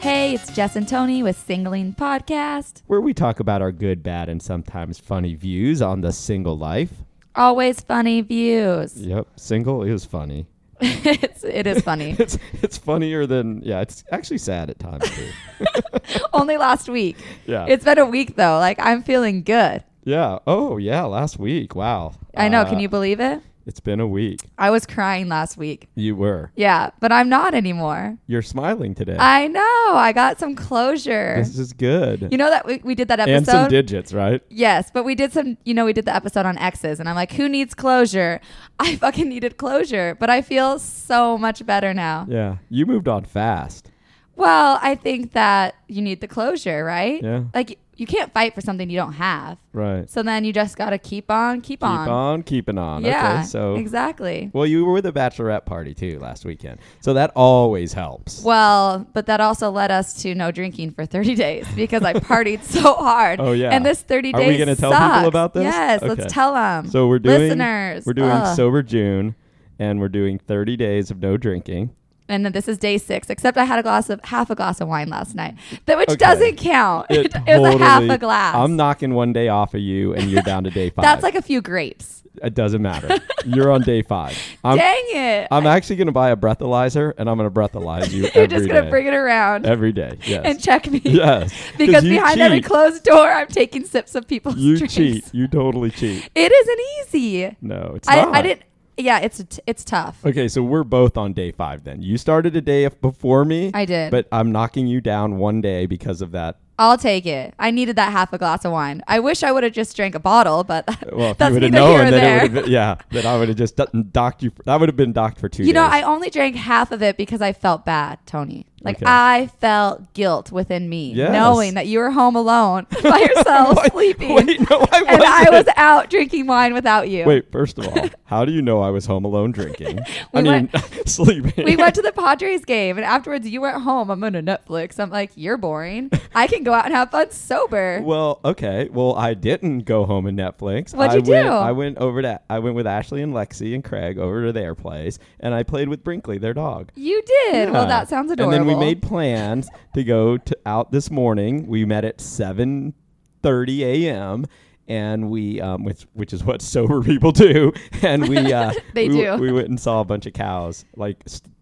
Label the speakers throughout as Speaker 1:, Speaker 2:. Speaker 1: Jess and Tony with Singling Podcast.
Speaker 2: where we talk about our good, bad, and sometimes funny views on the single life.
Speaker 1: Always funny views.
Speaker 2: Yep, single is funny.
Speaker 1: it's, it is funny.
Speaker 2: It's it's funnier than yeah. It's actually sad at times too.
Speaker 1: Only last week.
Speaker 2: Yeah.
Speaker 1: It's been a week though. Like I'm feeling good.
Speaker 2: yeah. Oh yeah. Last week. Wow.
Speaker 1: I know.
Speaker 2: Uh,
Speaker 1: Can you believe it?
Speaker 2: It's been a week.
Speaker 1: I was crying last week.
Speaker 2: You were.
Speaker 1: Yeah, but I'm not anymore.
Speaker 2: You're smiling today.
Speaker 1: I know. I got some closure.
Speaker 2: this is good.
Speaker 1: You know that we, we did that episode.
Speaker 2: and some digits, right?
Speaker 1: Yes, but we did some, you know, we did the episode on exes, and I'm like, who needs closure? I fucking needed closure, but I feel so much better now.
Speaker 2: Yeah. You moved on fast.
Speaker 1: Well, I think that you need the closure, right?
Speaker 2: Yeah.
Speaker 1: Like, you can't fight for something you don't have.
Speaker 2: Right.
Speaker 1: So then you just got to keep on, keep,
Speaker 2: Keep on. keeping on.
Speaker 1: Yeah.
Speaker 2: okay. So
Speaker 1: exactly.
Speaker 2: well, you were with a bachelorette party too last weekend, so that always helps.
Speaker 1: Well, but that also led us to no drinking for 30 days because I partied so hard.
Speaker 2: Oh, yeah.
Speaker 1: And this 30
Speaker 2: Are
Speaker 1: days
Speaker 2: we gonna tell
Speaker 1: sucks.
Speaker 2: people about this?
Speaker 1: Yes,
Speaker 2: Okay.
Speaker 1: let's tell them.
Speaker 2: So we're doing
Speaker 1: listeners.
Speaker 2: We're doing
Speaker 1: Ugh.
Speaker 2: sober June, and we're doing 30 days of no drinking.
Speaker 1: and then this is day six. Except I had a glass of half a glass of wine last night, that which
Speaker 2: Okay.
Speaker 1: doesn't count. It, was a half
Speaker 2: totally-
Speaker 1: a glass.
Speaker 2: I'm knocking one day off of you, and you're down to day five.
Speaker 1: That's like a few grapes.
Speaker 2: it doesn't matter. you're on day five. I'm,
Speaker 1: Dang it!
Speaker 2: I'm actually gonna buy a breathalyzer, and I'm gonna breathalyze you.
Speaker 1: You're
Speaker 2: every
Speaker 1: just gonna
Speaker 2: day.
Speaker 1: bring it around
Speaker 2: every day. Yes.
Speaker 1: and check me.
Speaker 2: yes.
Speaker 1: because
Speaker 2: you
Speaker 1: behind
Speaker 2: cheat.
Speaker 1: every closed door, I'm taking sips of people's
Speaker 2: you
Speaker 1: drinks.
Speaker 2: cheat. You totally cheat.
Speaker 1: It isn't easy.
Speaker 2: No, it's
Speaker 1: I,
Speaker 2: not.
Speaker 1: I didn't. Yeah, it's t- it's tough.
Speaker 2: Okay, so we're both on day five. Then you started a day af- before me.
Speaker 1: I did.
Speaker 2: but I'm knocking you down one day because of that.
Speaker 1: I'll take it. I needed that half a glass of wine. I wish I would have just drank a bottle, but
Speaker 2: Well, if
Speaker 1: that's
Speaker 2: you would
Speaker 1: neither
Speaker 2: have
Speaker 1: here
Speaker 2: known,
Speaker 1: or
Speaker 2: then it
Speaker 1: there.
Speaker 2: would have been, yeah, then I would have just do- docked you. For, that would have been docked for two.
Speaker 1: You know, I
Speaker 2: days.
Speaker 1: only drank half of it because I felt bad, Tony. Like
Speaker 2: Okay.
Speaker 1: I felt guilt within me,
Speaker 2: Yes.
Speaker 1: knowing that you were home alone by yourself, sleeping,
Speaker 2: Wait, no, I
Speaker 1: and
Speaker 2: wasn't.
Speaker 1: I was out drinking wine without you.
Speaker 2: Wait, first of all, how do you know I was home alone drinking? I
Speaker 1: We
Speaker 2: mean,
Speaker 1: went-
Speaker 2: sleeping.
Speaker 1: We went to the Padres game, and afterwards you went home. I'm on a Netflix. I'm like, you're boring. I can go out and have fun sober.
Speaker 2: Well, okay. Well, I didn't go home and Netflix.
Speaker 1: What'd
Speaker 2: I
Speaker 1: you
Speaker 2: went,
Speaker 1: do?
Speaker 2: I went over to I went with Ashley and Lexi and Craig over to their place, and I played with Brinkley, their dog.
Speaker 1: You did. Well,
Speaker 2: Yeah.
Speaker 1: that sounds adorable.
Speaker 2: And then we made plans to go to, out this morning. We met at seven thirty a.m. And we, um, which which is what sober people do, and we uh,
Speaker 1: They
Speaker 2: we,
Speaker 1: do.
Speaker 2: We went and saw a bunch of cows, like st-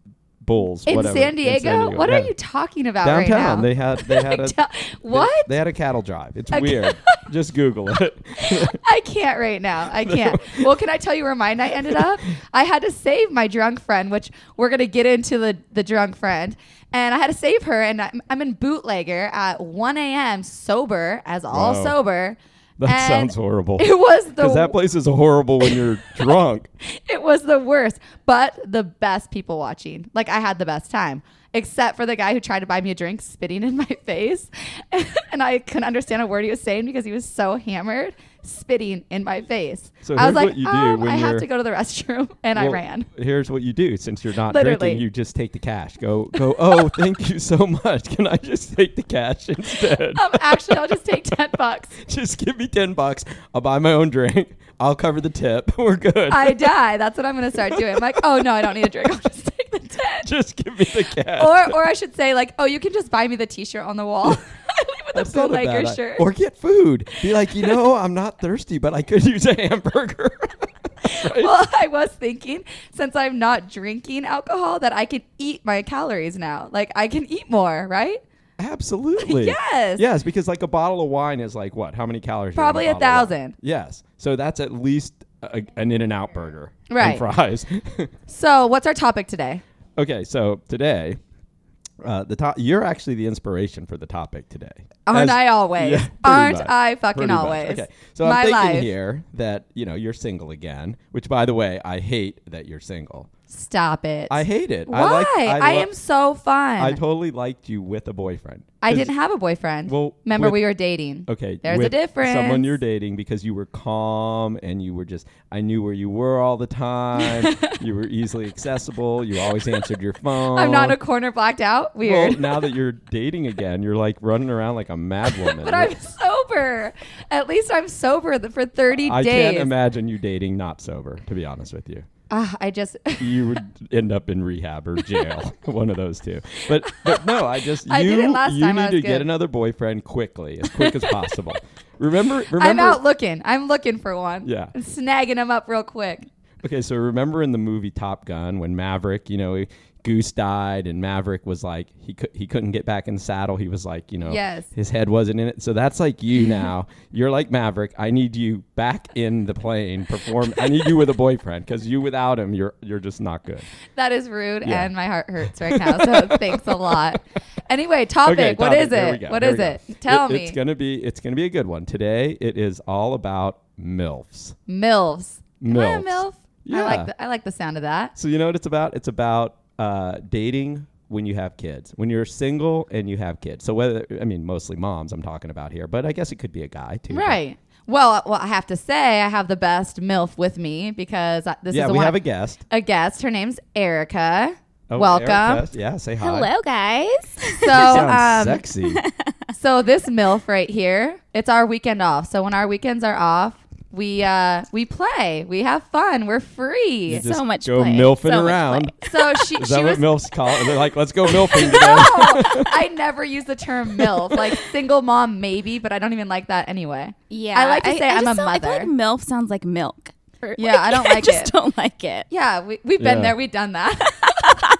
Speaker 2: bulls,
Speaker 1: in
Speaker 2: whatever,
Speaker 1: San Diego. What
Speaker 2: yeah.
Speaker 1: are you talking about
Speaker 2: downtown?
Speaker 1: right now?
Speaker 2: They had they had a
Speaker 1: Down- what?
Speaker 2: They, they had a cattle drive. It's
Speaker 1: A-
Speaker 2: weird. Just Google it.
Speaker 1: I can't right now. I can't. well, can I tell you where my night ended up? I had to save my drunk friend, which we're gonna get into the the drunk friend, and I had to save her. And I'm, I'm in bootlegger at 1 a.m. sober as all
Speaker 2: Wow.
Speaker 1: sober.
Speaker 2: That
Speaker 1: And
Speaker 2: sounds horrible.
Speaker 1: It was the
Speaker 2: Because that place is horrible when you're drunk.
Speaker 1: it was the worst, but the best people watching. Like I had the best time, except for the guy who tried to buy me a drink, spitting in my face, and I couldn't understand a word he was saying because he was so hammered, spitting in my face.
Speaker 2: So
Speaker 1: I was
Speaker 2: here's
Speaker 1: like,
Speaker 2: what you do
Speaker 1: um,
Speaker 2: when
Speaker 1: I have
Speaker 2: you're-
Speaker 1: to go to the restroom, and I
Speaker 2: Well,
Speaker 1: ran.
Speaker 2: Here's what you do: since you're not
Speaker 1: Literally.
Speaker 2: drinking, you just take the cash. Go, go. Oh, thank you so much. Can I just take the cash instead?
Speaker 1: Um, actually, I'll just take ten bucks.
Speaker 2: just give me ten bucks. I'll buy my own drink. I'll cover the tip. We're good.
Speaker 1: I die. That's what I'm gonna start doing. I'm like, oh no, I don't need a drink. I'll just take the ten.
Speaker 2: just give me the cash.
Speaker 1: Or, or I should say, like, oh, you can just buy me the T-shirt on the wall. With the
Speaker 2: That's not a bad
Speaker 1: bootlegger
Speaker 2: i-
Speaker 1: shirt.
Speaker 2: Or get food. Be like, you know, I'm not thirsty, but I could use a hamburger. Right?
Speaker 1: Well, I was thinking since I'm not drinking alcohol that I can eat my calories now. Like I can eat more, right?
Speaker 2: Absolutely.
Speaker 1: Yes.
Speaker 2: Yes, because like a bottle of wine is like what? How many calories? are in
Speaker 1: Probably a
Speaker 2: bottle of wine?
Speaker 1: thousand.
Speaker 2: Yes. So that's at least a, an In and Out burger.
Speaker 1: Right.
Speaker 2: And fries.
Speaker 1: So, what's our topic today?
Speaker 2: okay. So today, uh, the top. You're actually the inspiration for the topic today.
Speaker 1: Aren't
Speaker 2: As-
Speaker 1: I always?
Speaker 2: Yeah, pretty
Speaker 1: Aren't
Speaker 2: much.
Speaker 1: I fucking
Speaker 2: Pretty much.
Speaker 1: always?
Speaker 2: Okay. So
Speaker 1: My
Speaker 2: I'm thinking
Speaker 1: life.
Speaker 2: here that you know you're single again, which by the way I hate that you're single.
Speaker 1: Stop it.
Speaker 2: I hate it.
Speaker 1: Why?
Speaker 2: I, like,
Speaker 1: I,
Speaker 2: lo-
Speaker 1: am so fun.
Speaker 2: I
Speaker 1: I
Speaker 2: totally liked you with a boyfriend.
Speaker 1: didn't have a boyfriend.
Speaker 2: Well,
Speaker 1: remember
Speaker 2: with-
Speaker 1: we were dating.
Speaker 2: Okay.
Speaker 1: There's a
Speaker 2: with
Speaker 1: difference.
Speaker 2: Someone you're dating because you were calm and you were just I knew where you were all the time. you were easily accessible. You always answered your phone.
Speaker 1: I'm not in a corner blacked out. Weird.
Speaker 2: Well, now that you're dating again, you're like running around like a mad woman.
Speaker 1: but I'm sober. At least I'm sober th- for 30
Speaker 2: I
Speaker 1: days.
Speaker 2: can't imagine you dating not sober, to be honest with you.
Speaker 1: Ah, I just
Speaker 2: you would end up in rehab or jail, one of those two. But but no, I just you
Speaker 1: I did it last
Speaker 2: you
Speaker 1: time,
Speaker 2: need
Speaker 1: I
Speaker 2: to
Speaker 1: was
Speaker 2: get
Speaker 1: good.
Speaker 2: another boyfriend quickly, as quick as possible. Remember remember
Speaker 1: I'm out looking. I'm looking for one.
Speaker 2: Yeah.
Speaker 1: I'm snagging them up real quick.
Speaker 2: Okay, so remember in the movie Top Gun when Maverick, you know, he- Goose died and Maverick was like he cou- he couldn't get back in the saddle. He was like, you know,
Speaker 1: Yes.
Speaker 2: his head wasn't in it. So that's like you now. You're like Maverick. I need you back in the plane perform. I need you with a boyfriend cuz you without him you're you're just not good.
Speaker 1: That is rude,
Speaker 2: Yeah.
Speaker 1: and my heart hurts right now. So thanks a lot. Anyway, topic. What
Speaker 2: topic.
Speaker 1: is
Speaker 2: There we
Speaker 1: it?
Speaker 2: go.
Speaker 1: What
Speaker 2: There
Speaker 1: is
Speaker 2: we go.
Speaker 1: it? Tell me.
Speaker 2: It's going to be it's going to be a good one. Today it is all about MILFs.
Speaker 1: Milfs. Am I a
Speaker 2: Milfs.
Speaker 1: milf? I
Speaker 2: Yeah.
Speaker 1: like the, I like the sound of that.
Speaker 2: So you know what it's about? It's about uh, dating when you have kids, when you're single and you have kids. So whether I mean mostly moms I'm talking about here, but I guess it could be a guy too.
Speaker 1: Right. Well, uh, well, I have to say I have the best milf with me because I- this
Speaker 2: yeah,
Speaker 1: is the
Speaker 2: we
Speaker 1: one,
Speaker 2: have a guest.
Speaker 1: a guest. Her name's Erica.
Speaker 2: Oh,
Speaker 1: Welcome.
Speaker 2: Erica. Yeah, say hi.
Speaker 3: Hello, guys.
Speaker 1: So,
Speaker 2: Sounds
Speaker 1: um,
Speaker 2: sexy.
Speaker 1: so this milf right here, it's our weekend off. So when our weekends are off, we uh we play, we have fun, we're free.
Speaker 2: You just
Speaker 3: much
Speaker 2: go
Speaker 3: play.
Speaker 2: milfing
Speaker 3: So much
Speaker 2: around.
Speaker 1: So she
Speaker 2: Is
Speaker 1: she
Speaker 2: that
Speaker 1: was
Speaker 2: what milfs call it? They're like, let's go milfing
Speaker 1: no,
Speaker 2: today.
Speaker 1: I never use the term milf. Like single mom, maybe, but I don't even like that anyway.
Speaker 3: Yeah,
Speaker 1: I like to say I, am
Speaker 3: just
Speaker 1: a
Speaker 3: don't- I
Speaker 1: mother.
Speaker 3: feel like milf sounds like milk. Or,
Speaker 1: Yeah, I don't like
Speaker 3: I just
Speaker 1: it.
Speaker 3: don't like it.
Speaker 1: yeah, we, we've been
Speaker 2: Yeah.
Speaker 1: there. We've done that.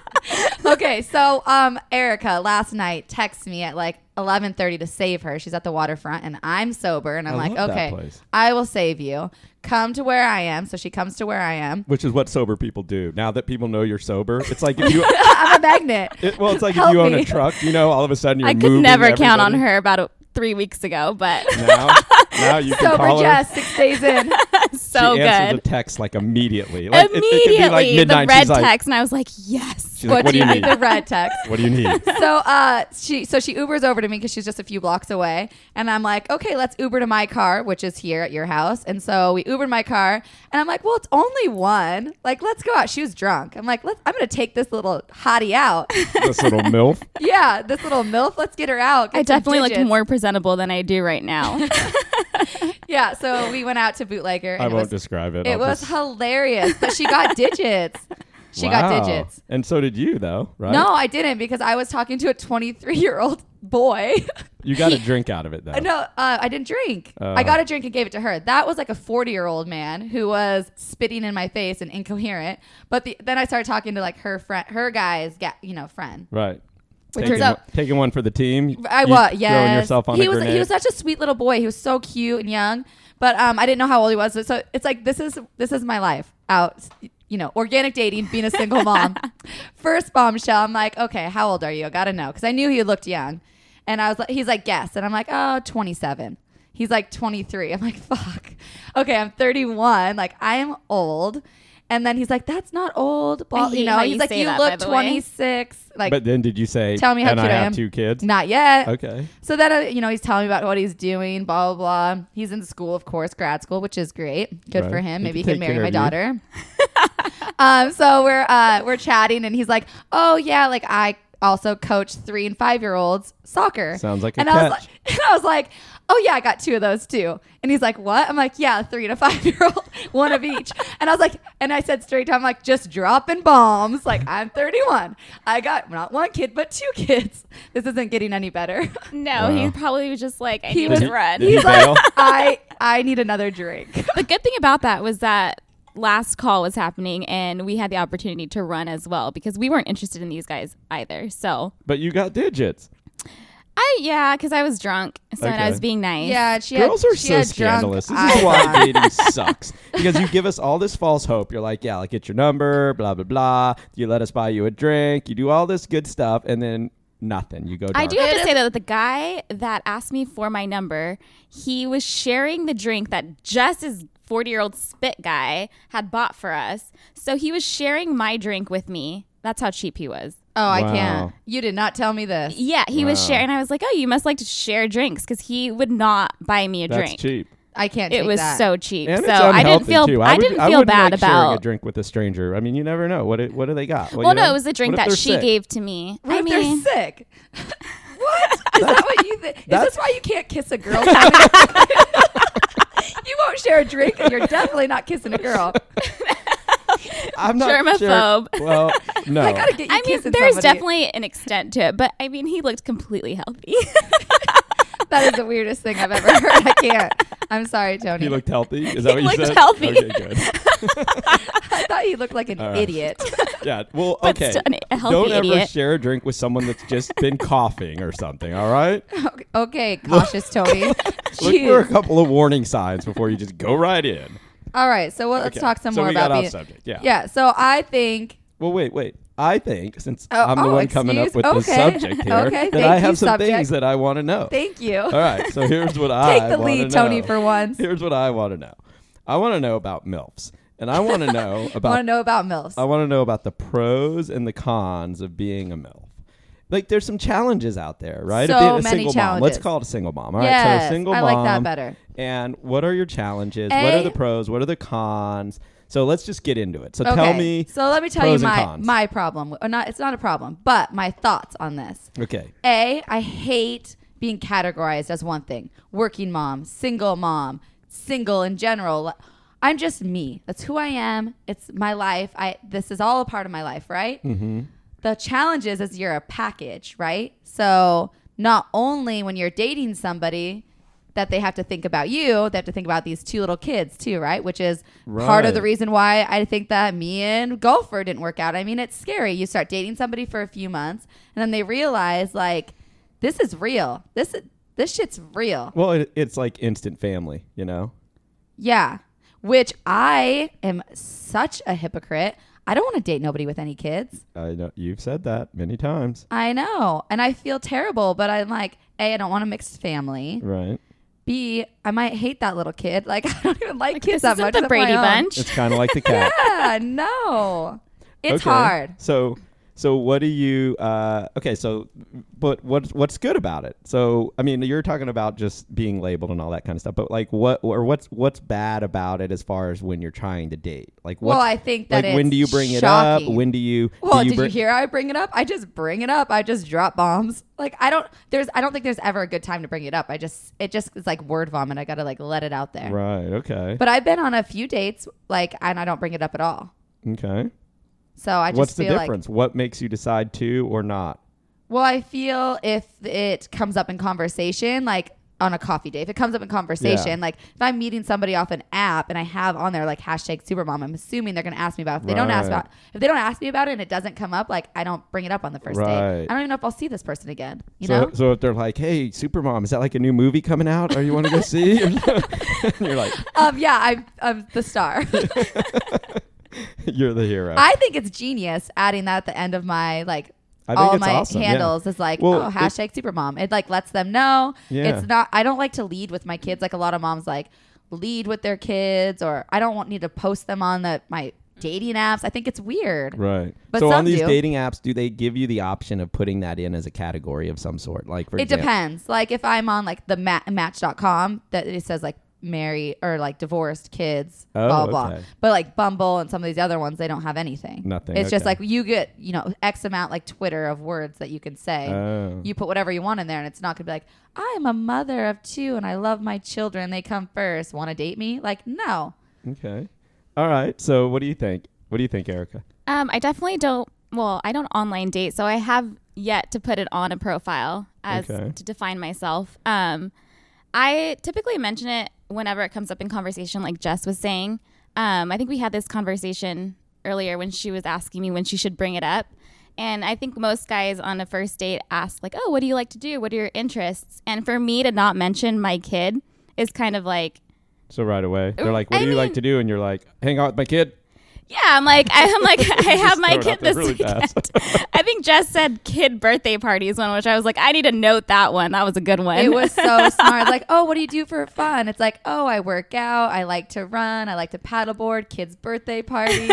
Speaker 1: okay, so um, Erica last night texts me at like 11:30 to save her. She's at the waterfront, and I'm sober, and I'm
Speaker 2: I
Speaker 1: like,
Speaker 2: love that
Speaker 1: okay,
Speaker 2: place.
Speaker 1: I will save you. Come to where I am. So she comes to where I am.
Speaker 2: Which is what sober people do. Now that people know you're sober, it's like if you
Speaker 1: I'm a magnet.
Speaker 2: it, well, it's like if
Speaker 1: Help
Speaker 2: you own a
Speaker 1: me.
Speaker 2: truck, you know, all of a sudden you're
Speaker 3: I could
Speaker 2: moving
Speaker 3: never count on
Speaker 2: everybody.
Speaker 3: her about a, three weeks ago, but
Speaker 2: Now, now you can
Speaker 1: Sober
Speaker 2: call her.
Speaker 1: Jess, six days in. Oh,
Speaker 3: so
Speaker 2: she
Speaker 3: good.
Speaker 2: answered the text like immediately. Like, it- it could be,
Speaker 3: Immediately,
Speaker 2: like, midnight.
Speaker 3: the red
Speaker 2: She's like-
Speaker 3: text, and I was like, yes.
Speaker 2: she's like, what do you need?
Speaker 1: The red text.
Speaker 2: What do you need?
Speaker 1: so uh, she so she Ubers over to me because she's just a few blocks away, and I'm like, okay, let's Uber to my car, which is here at your house. And so we Ubered my car, and I'm like, well, it's only one. Like, let's go out. She was drunk. I'm like, let's. I'm gonna take this little hottie out.
Speaker 2: this little milf.
Speaker 1: yeah, this little milf. Let's get her out. get
Speaker 3: I
Speaker 1: some
Speaker 3: definitely looked
Speaker 1: digits.
Speaker 3: more presentable than I do right now.
Speaker 1: Yeah, so we went out to bootlegger. And
Speaker 2: I
Speaker 1: it
Speaker 2: won't
Speaker 1: was,
Speaker 2: describe it.
Speaker 1: It
Speaker 2: I'll
Speaker 1: was
Speaker 2: just-
Speaker 1: hilarious, but she got digits. She
Speaker 2: Wow.
Speaker 1: got digits.
Speaker 2: and so did you, though, right?
Speaker 1: No, I didn't because I was talking to a 23 year old boy.
Speaker 2: you got a drink out of it though.
Speaker 1: No, uh, I didn't drink.
Speaker 2: Oh.
Speaker 1: I got a drink and gave it to her. That was like a 40 year old man who was spitting in my face and incoherent. But the, then I started talking to like her friend, her guy's, ga- you know, friend.
Speaker 2: Right.
Speaker 1: Which
Speaker 2: taking,
Speaker 1: turns out-
Speaker 2: taking one for the team.
Speaker 1: I
Speaker 2: You
Speaker 1: was,
Speaker 2: Throwing
Speaker 1: yes.
Speaker 2: yourself on
Speaker 1: he
Speaker 2: a
Speaker 1: was
Speaker 2: grenade.
Speaker 1: he was such a sweet little boy. He was so cute and young, but um, I didn't know how old he was. So it's like this is this is my life out. You know, organic dating, being a single mom. First bombshell. I'm like, okay, how old are you? I gotta know because I knew he looked young, and I was like, he's like, guess, and I'm like, oh, 27. He's like 23. I'm like, fuck. Okay, I'm 31. Like I am old. And then he's like, that's not old. Blah,
Speaker 3: hate
Speaker 1: you know,
Speaker 3: how
Speaker 1: he's
Speaker 3: you
Speaker 1: like,
Speaker 3: say
Speaker 1: you
Speaker 3: that, by
Speaker 1: look
Speaker 3: the way.
Speaker 1: 26. Like,
Speaker 2: but then did you say,
Speaker 1: Tell me how
Speaker 2: and
Speaker 1: cute
Speaker 2: I
Speaker 1: I
Speaker 2: have
Speaker 1: am."
Speaker 2: two kids?
Speaker 1: not yet.
Speaker 2: Okay.
Speaker 1: So then, uh, you know, he's telling me about what he's doing, blah, blah, blah. He's in school, of course, grad school, which is great. Good
Speaker 2: Right.
Speaker 1: for him.
Speaker 2: He
Speaker 1: Maybe he
Speaker 2: can
Speaker 1: can
Speaker 2: take
Speaker 1: marry my
Speaker 2: care
Speaker 1: daughter. um, so we're uh, we're chatting, and he's like, oh, yeah, like I also coach three and five year olds soccer.
Speaker 2: Sounds like a
Speaker 1: and I was
Speaker 2: catch.
Speaker 1: like, and I was like, oh, yeah, I got two of those too. And he's like, what? I'm like, yeah, three to five year old, one of each. And I was like, and I said straight to him, like, just dropping bombs. Like, I'm 31. I got not one kid, but two kids. This isn't getting any better.
Speaker 3: no,
Speaker 2: Wow.
Speaker 3: he probably was just like, I
Speaker 1: He
Speaker 3: need
Speaker 1: was-
Speaker 3: to run.
Speaker 2: Did he
Speaker 1: He's
Speaker 2: bail?
Speaker 1: like, I I need another drink.
Speaker 3: the good thing about that was that last call was happening, and we had the opportunity to run as well because we weren't interested in these guys either. So
Speaker 2: But you got digits.
Speaker 3: I, yeah, because I was drunk, so and
Speaker 2: Okay.
Speaker 3: I was being nice.
Speaker 1: Yeah, she
Speaker 2: Girls
Speaker 1: had,
Speaker 2: are
Speaker 1: she
Speaker 2: so
Speaker 1: had
Speaker 2: scandalous.
Speaker 1: Drunk
Speaker 2: This is
Speaker 1: eyes on.
Speaker 2: why dating sucks because you give us all this false hope. You're like, yeah, like get your number, blah blah blah. You let us buy you a drink. You do all this good stuff, and then nothing. You go. Dark.
Speaker 3: I do have
Speaker 1: It
Speaker 3: to
Speaker 1: is-
Speaker 3: say though that the guy that asked me for my number, he was sharing the drink that just his 40 year old spit guy had bought for us. So he was sharing my drink with me. That's how cheap he was.
Speaker 1: Oh, I
Speaker 2: Wow.
Speaker 1: can't. You did not tell me this.
Speaker 3: Yeah, he was
Speaker 2: Wow.
Speaker 3: sharing. I was like, oh, you must like to share drinks because he would not buy me a
Speaker 2: That's
Speaker 3: drink.
Speaker 2: cheap.
Speaker 1: I can't.
Speaker 3: It
Speaker 1: take
Speaker 3: was
Speaker 1: that.
Speaker 3: so cheap.
Speaker 2: And
Speaker 3: so
Speaker 2: it's
Speaker 3: I didn't
Speaker 2: unhealthy,
Speaker 3: feel
Speaker 2: too.
Speaker 3: I
Speaker 2: would-
Speaker 3: didn't
Speaker 2: I
Speaker 3: feel
Speaker 2: wouldn't
Speaker 3: bad
Speaker 2: like sharing a
Speaker 3: about.
Speaker 2: drink with a stranger. I mean, you never know what it, what do they got. Well,
Speaker 3: Well,
Speaker 2: you know,
Speaker 3: no, it was a drink
Speaker 2: what if
Speaker 3: that
Speaker 2: they're
Speaker 3: she
Speaker 2: sick?
Speaker 3: gave to me.
Speaker 1: What
Speaker 3: I
Speaker 1: if
Speaker 3: mean,
Speaker 1: they're sick? what is that? What you think? Is
Speaker 2: that's-
Speaker 1: this why you can't kiss a girl? you won't share a drink, and you're definitely not kissing a girl.
Speaker 2: I'm not
Speaker 3: Germaphobe.
Speaker 2: Sure. Well, no.
Speaker 1: I gotta get you
Speaker 3: I mean,
Speaker 1: kissing
Speaker 3: there's
Speaker 1: somebody.
Speaker 3: definitely an extent to it, but I mean, he looked completely healthy.
Speaker 1: that is the weirdest thing I've ever heard. I can't. I'm sorry, Tony.
Speaker 2: he looked healthy. Is that
Speaker 3: He
Speaker 2: what you
Speaker 3: looked
Speaker 2: said?
Speaker 3: healthy.
Speaker 2: Okay, good.
Speaker 1: I thought he looked like an
Speaker 2: All right.
Speaker 1: idiot.
Speaker 2: Yeah. Well,
Speaker 3: But
Speaker 2: okay.
Speaker 3: still an- a healthy
Speaker 2: Don't ever
Speaker 3: idiot.
Speaker 2: share a drink with someone that's just been coughing or something. All right.
Speaker 1: okay, cautious Tony.
Speaker 2: Look for a
Speaker 1: Jeez.
Speaker 2: couple of warning signs before you just go right in.
Speaker 1: All right, so well, let's
Speaker 2: Okay,
Speaker 1: talk some
Speaker 2: so
Speaker 1: more
Speaker 2: we
Speaker 1: about
Speaker 2: got off
Speaker 1: being-
Speaker 2: subject, yeah.
Speaker 1: Yeah. So I think
Speaker 2: Well, wait, wait. I think since
Speaker 1: Oh,
Speaker 2: I'm the
Speaker 1: oh,
Speaker 2: one coming up
Speaker 1: excuse-
Speaker 2: with the
Speaker 1: okay.
Speaker 2: subject here,
Speaker 1: Okay,
Speaker 2: that I
Speaker 1: thank you,
Speaker 2: have some
Speaker 1: subject.
Speaker 2: things that I want to know.
Speaker 1: thank you.
Speaker 2: All right. So here's what I
Speaker 1: Take the
Speaker 2: wanna
Speaker 1: lead, Tony,
Speaker 2: know.
Speaker 1: for once.
Speaker 2: Here's what I want to know. I want to know about milfs, and I want to know
Speaker 1: Want
Speaker 2: about
Speaker 1: to know about milfs?
Speaker 2: I want to know about the pros and the cons of being a MILF. Like, there's some challenges out there, right? of
Speaker 1: So
Speaker 2: being a
Speaker 1: many
Speaker 2: single mom. Let's
Speaker 1: challenges.
Speaker 2: call it a single mom. All right. so, a
Speaker 1: Yes,
Speaker 2: single
Speaker 1: I
Speaker 2: mom.
Speaker 1: like that better.
Speaker 2: And what are your challenges? what are
Speaker 1: A-
Speaker 2: the pros? What are the cons? So, let's just get into it. So,
Speaker 1: okay.
Speaker 2: tell me.
Speaker 1: So let me tell you
Speaker 2: pros and
Speaker 1: my
Speaker 2: cons.
Speaker 1: my problem. Or not, it's not a problem, but my thoughts on this.
Speaker 2: Okay.
Speaker 1: A, I hate being categorized as one thing working mom, single mom, single in general. I'm just me. That's who I am. It's my life. I this is all a part of my life, right? Mm-hmm. The challenge is, is you're a package, right? So not only when you're dating somebody that they have to think about you, they have to think about these two little kids too, right? Which is part of the
Speaker 2: Right.
Speaker 1: reason reason why I think that me and Gopher didn't work out. I mean, it's scary. You start dating somebody for a few months, and then they realize like, this is real. This this shit's real.
Speaker 2: Well, it, it's like instant family, you know?
Speaker 1: Yeah, which I am such a hypocrite. I don't want to date nobody with any kids.
Speaker 2: I know you've said that many times,
Speaker 1: I know, and I feel terrible, but I'm like, a, I don't want a mixed family.
Speaker 2: right?
Speaker 1: B, I might hate that little kid. Like, I don't even like,
Speaker 3: Like,
Speaker 1: kids
Speaker 3: this
Speaker 1: that
Speaker 3: isn't
Speaker 1: much.
Speaker 3: the
Speaker 1: of my
Speaker 3: Brady
Speaker 1: own.
Speaker 3: Bunch.
Speaker 2: It's kind of like the cat.
Speaker 1: Yeah, no, it's
Speaker 2: Okay.
Speaker 1: hard.
Speaker 2: So so what do you uh okay, so but what's what's good about it? So I mean you're talking about just being labeled and all that kind of stuff, but like what or what's what's bad about it as far as when you're trying to date? Like what
Speaker 1: Well, I think that
Speaker 2: like when
Speaker 1: it's
Speaker 2: do you bring it up?
Speaker 1: shocking.
Speaker 2: When do you
Speaker 1: Well,
Speaker 2: do
Speaker 1: did
Speaker 2: bring-
Speaker 1: you hear how I bring it up? I just bring it up. I just drop bombs. Like I don't there's I don't think there's ever a good time to bring it up. I just it just is like word vomit. I gotta like let it out there.
Speaker 2: Right, okay.
Speaker 1: But I've been on a few dates like and I don't bring it up at all.
Speaker 2: okay.
Speaker 1: So I just
Speaker 2: What's the
Speaker 1: feel like
Speaker 2: difference? what makes you decide to or not?
Speaker 1: well, I feel if it comes up in conversation, like on a coffee date, if it comes up in conversation,
Speaker 2: Yeah.
Speaker 1: like if I'm meeting somebody off an app and I have on there like hashtag supermom, I'm assuming they're gonna ask me about. It. If they don't ask
Speaker 2: Right.
Speaker 1: about, if they don't ask me about it and it doesn't come up, like I don't bring it up on the first
Speaker 2: Right.
Speaker 1: date. I don't even know if I'll see this person again. You
Speaker 2: so
Speaker 1: know.
Speaker 2: so if they're like, "Hey, Supermom, is that like a new movie coming out? Or you want to go see?" and you're like,
Speaker 1: um, yeah, I'm, I'm the star.
Speaker 2: "You're the hero."
Speaker 1: I think it's genius adding that at the end of my like
Speaker 2: I think
Speaker 1: all
Speaker 2: it's
Speaker 1: my
Speaker 2: awesome, yeah.
Speaker 1: handles is like
Speaker 2: Well,
Speaker 1: oh
Speaker 2: it-
Speaker 1: hashtag supermom. It like lets them know
Speaker 2: Yeah.
Speaker 1: it's not. I don't like to lead with my kids like a lot of moms like lead with their kids or I don't want need to post them on the my dating apps. I think it's weird.
Speaker 2: Right.
Speaker 1: But
Speaker 2: so on
Speaker 1: some
Speaker 2: these
Speaker 1: do.
Speaker 2: dating apps, do they give you the option of putting that in as a category of some sort? Like for
Speaker 1: It
Speaker 2: example,
Speaker 1: depends. Like if I'm on like the ma- match.com that it says like marry or like divorced kids,
Speaker 2: Oh,
Speaker 1: blah blah. blah.
Speaker 2: okay.
Speaker 1: But like Bumble and some of these other ones, they don't have anything.
Speaker 2: Nothing,
Speaker 1: It's just
Speaker 2: okay.
Speaker 1: like you get you know X amount like Twitter of words that you can say.
Speaker 2: Oh.
Speaker 1: You put whatever you want in there, and it's not gonna be like I'm a mother of two and I love my children. They come first. Want to date me? Like no.
Speaker 2: Okay. All right. So what do you think? What do you think, Erica?
Speaker 3: um, I definitely don't. Well, I don't online date, so I have yet to put it on a profile as
Speaker 2: Okay.
Speaker 3: to define myself. Um, I typically mention it whenever it comes up in conversation, like Jess was saying. Um, I think we had this conversation earlier when she was asking me when she should bring it up. And I think most guys on a first date ask, like, oh, what do you like to do? What are your interests? And for me to not mention my kid is kind of like,
Speaker 2: So right away, they're like,
Speaker 3: I
Speaker 2: "What do you like
Speaker 3: mean-
Speaker 2: to do?" And you're like, "Hang out with my kid."
Speaker 3: Yeah, I'm like, I, I'm like, I have my
Speaker 2: throw it out
Speaker 3: kid
Speaker 2: there
Speaker 3: this
Speaker 2: really
Speaker 3: weekend.
Speaker 2: fast.
Speaker 3: I think Jess said kid birthday party is one, which I was like, I need to note that one. That was a good one.
Speaker 1: It was so smart. Like, oh, what do you do for fun? It's like, oh, I work out. I like to run. I like to paddleboard. Kids' birthday parties,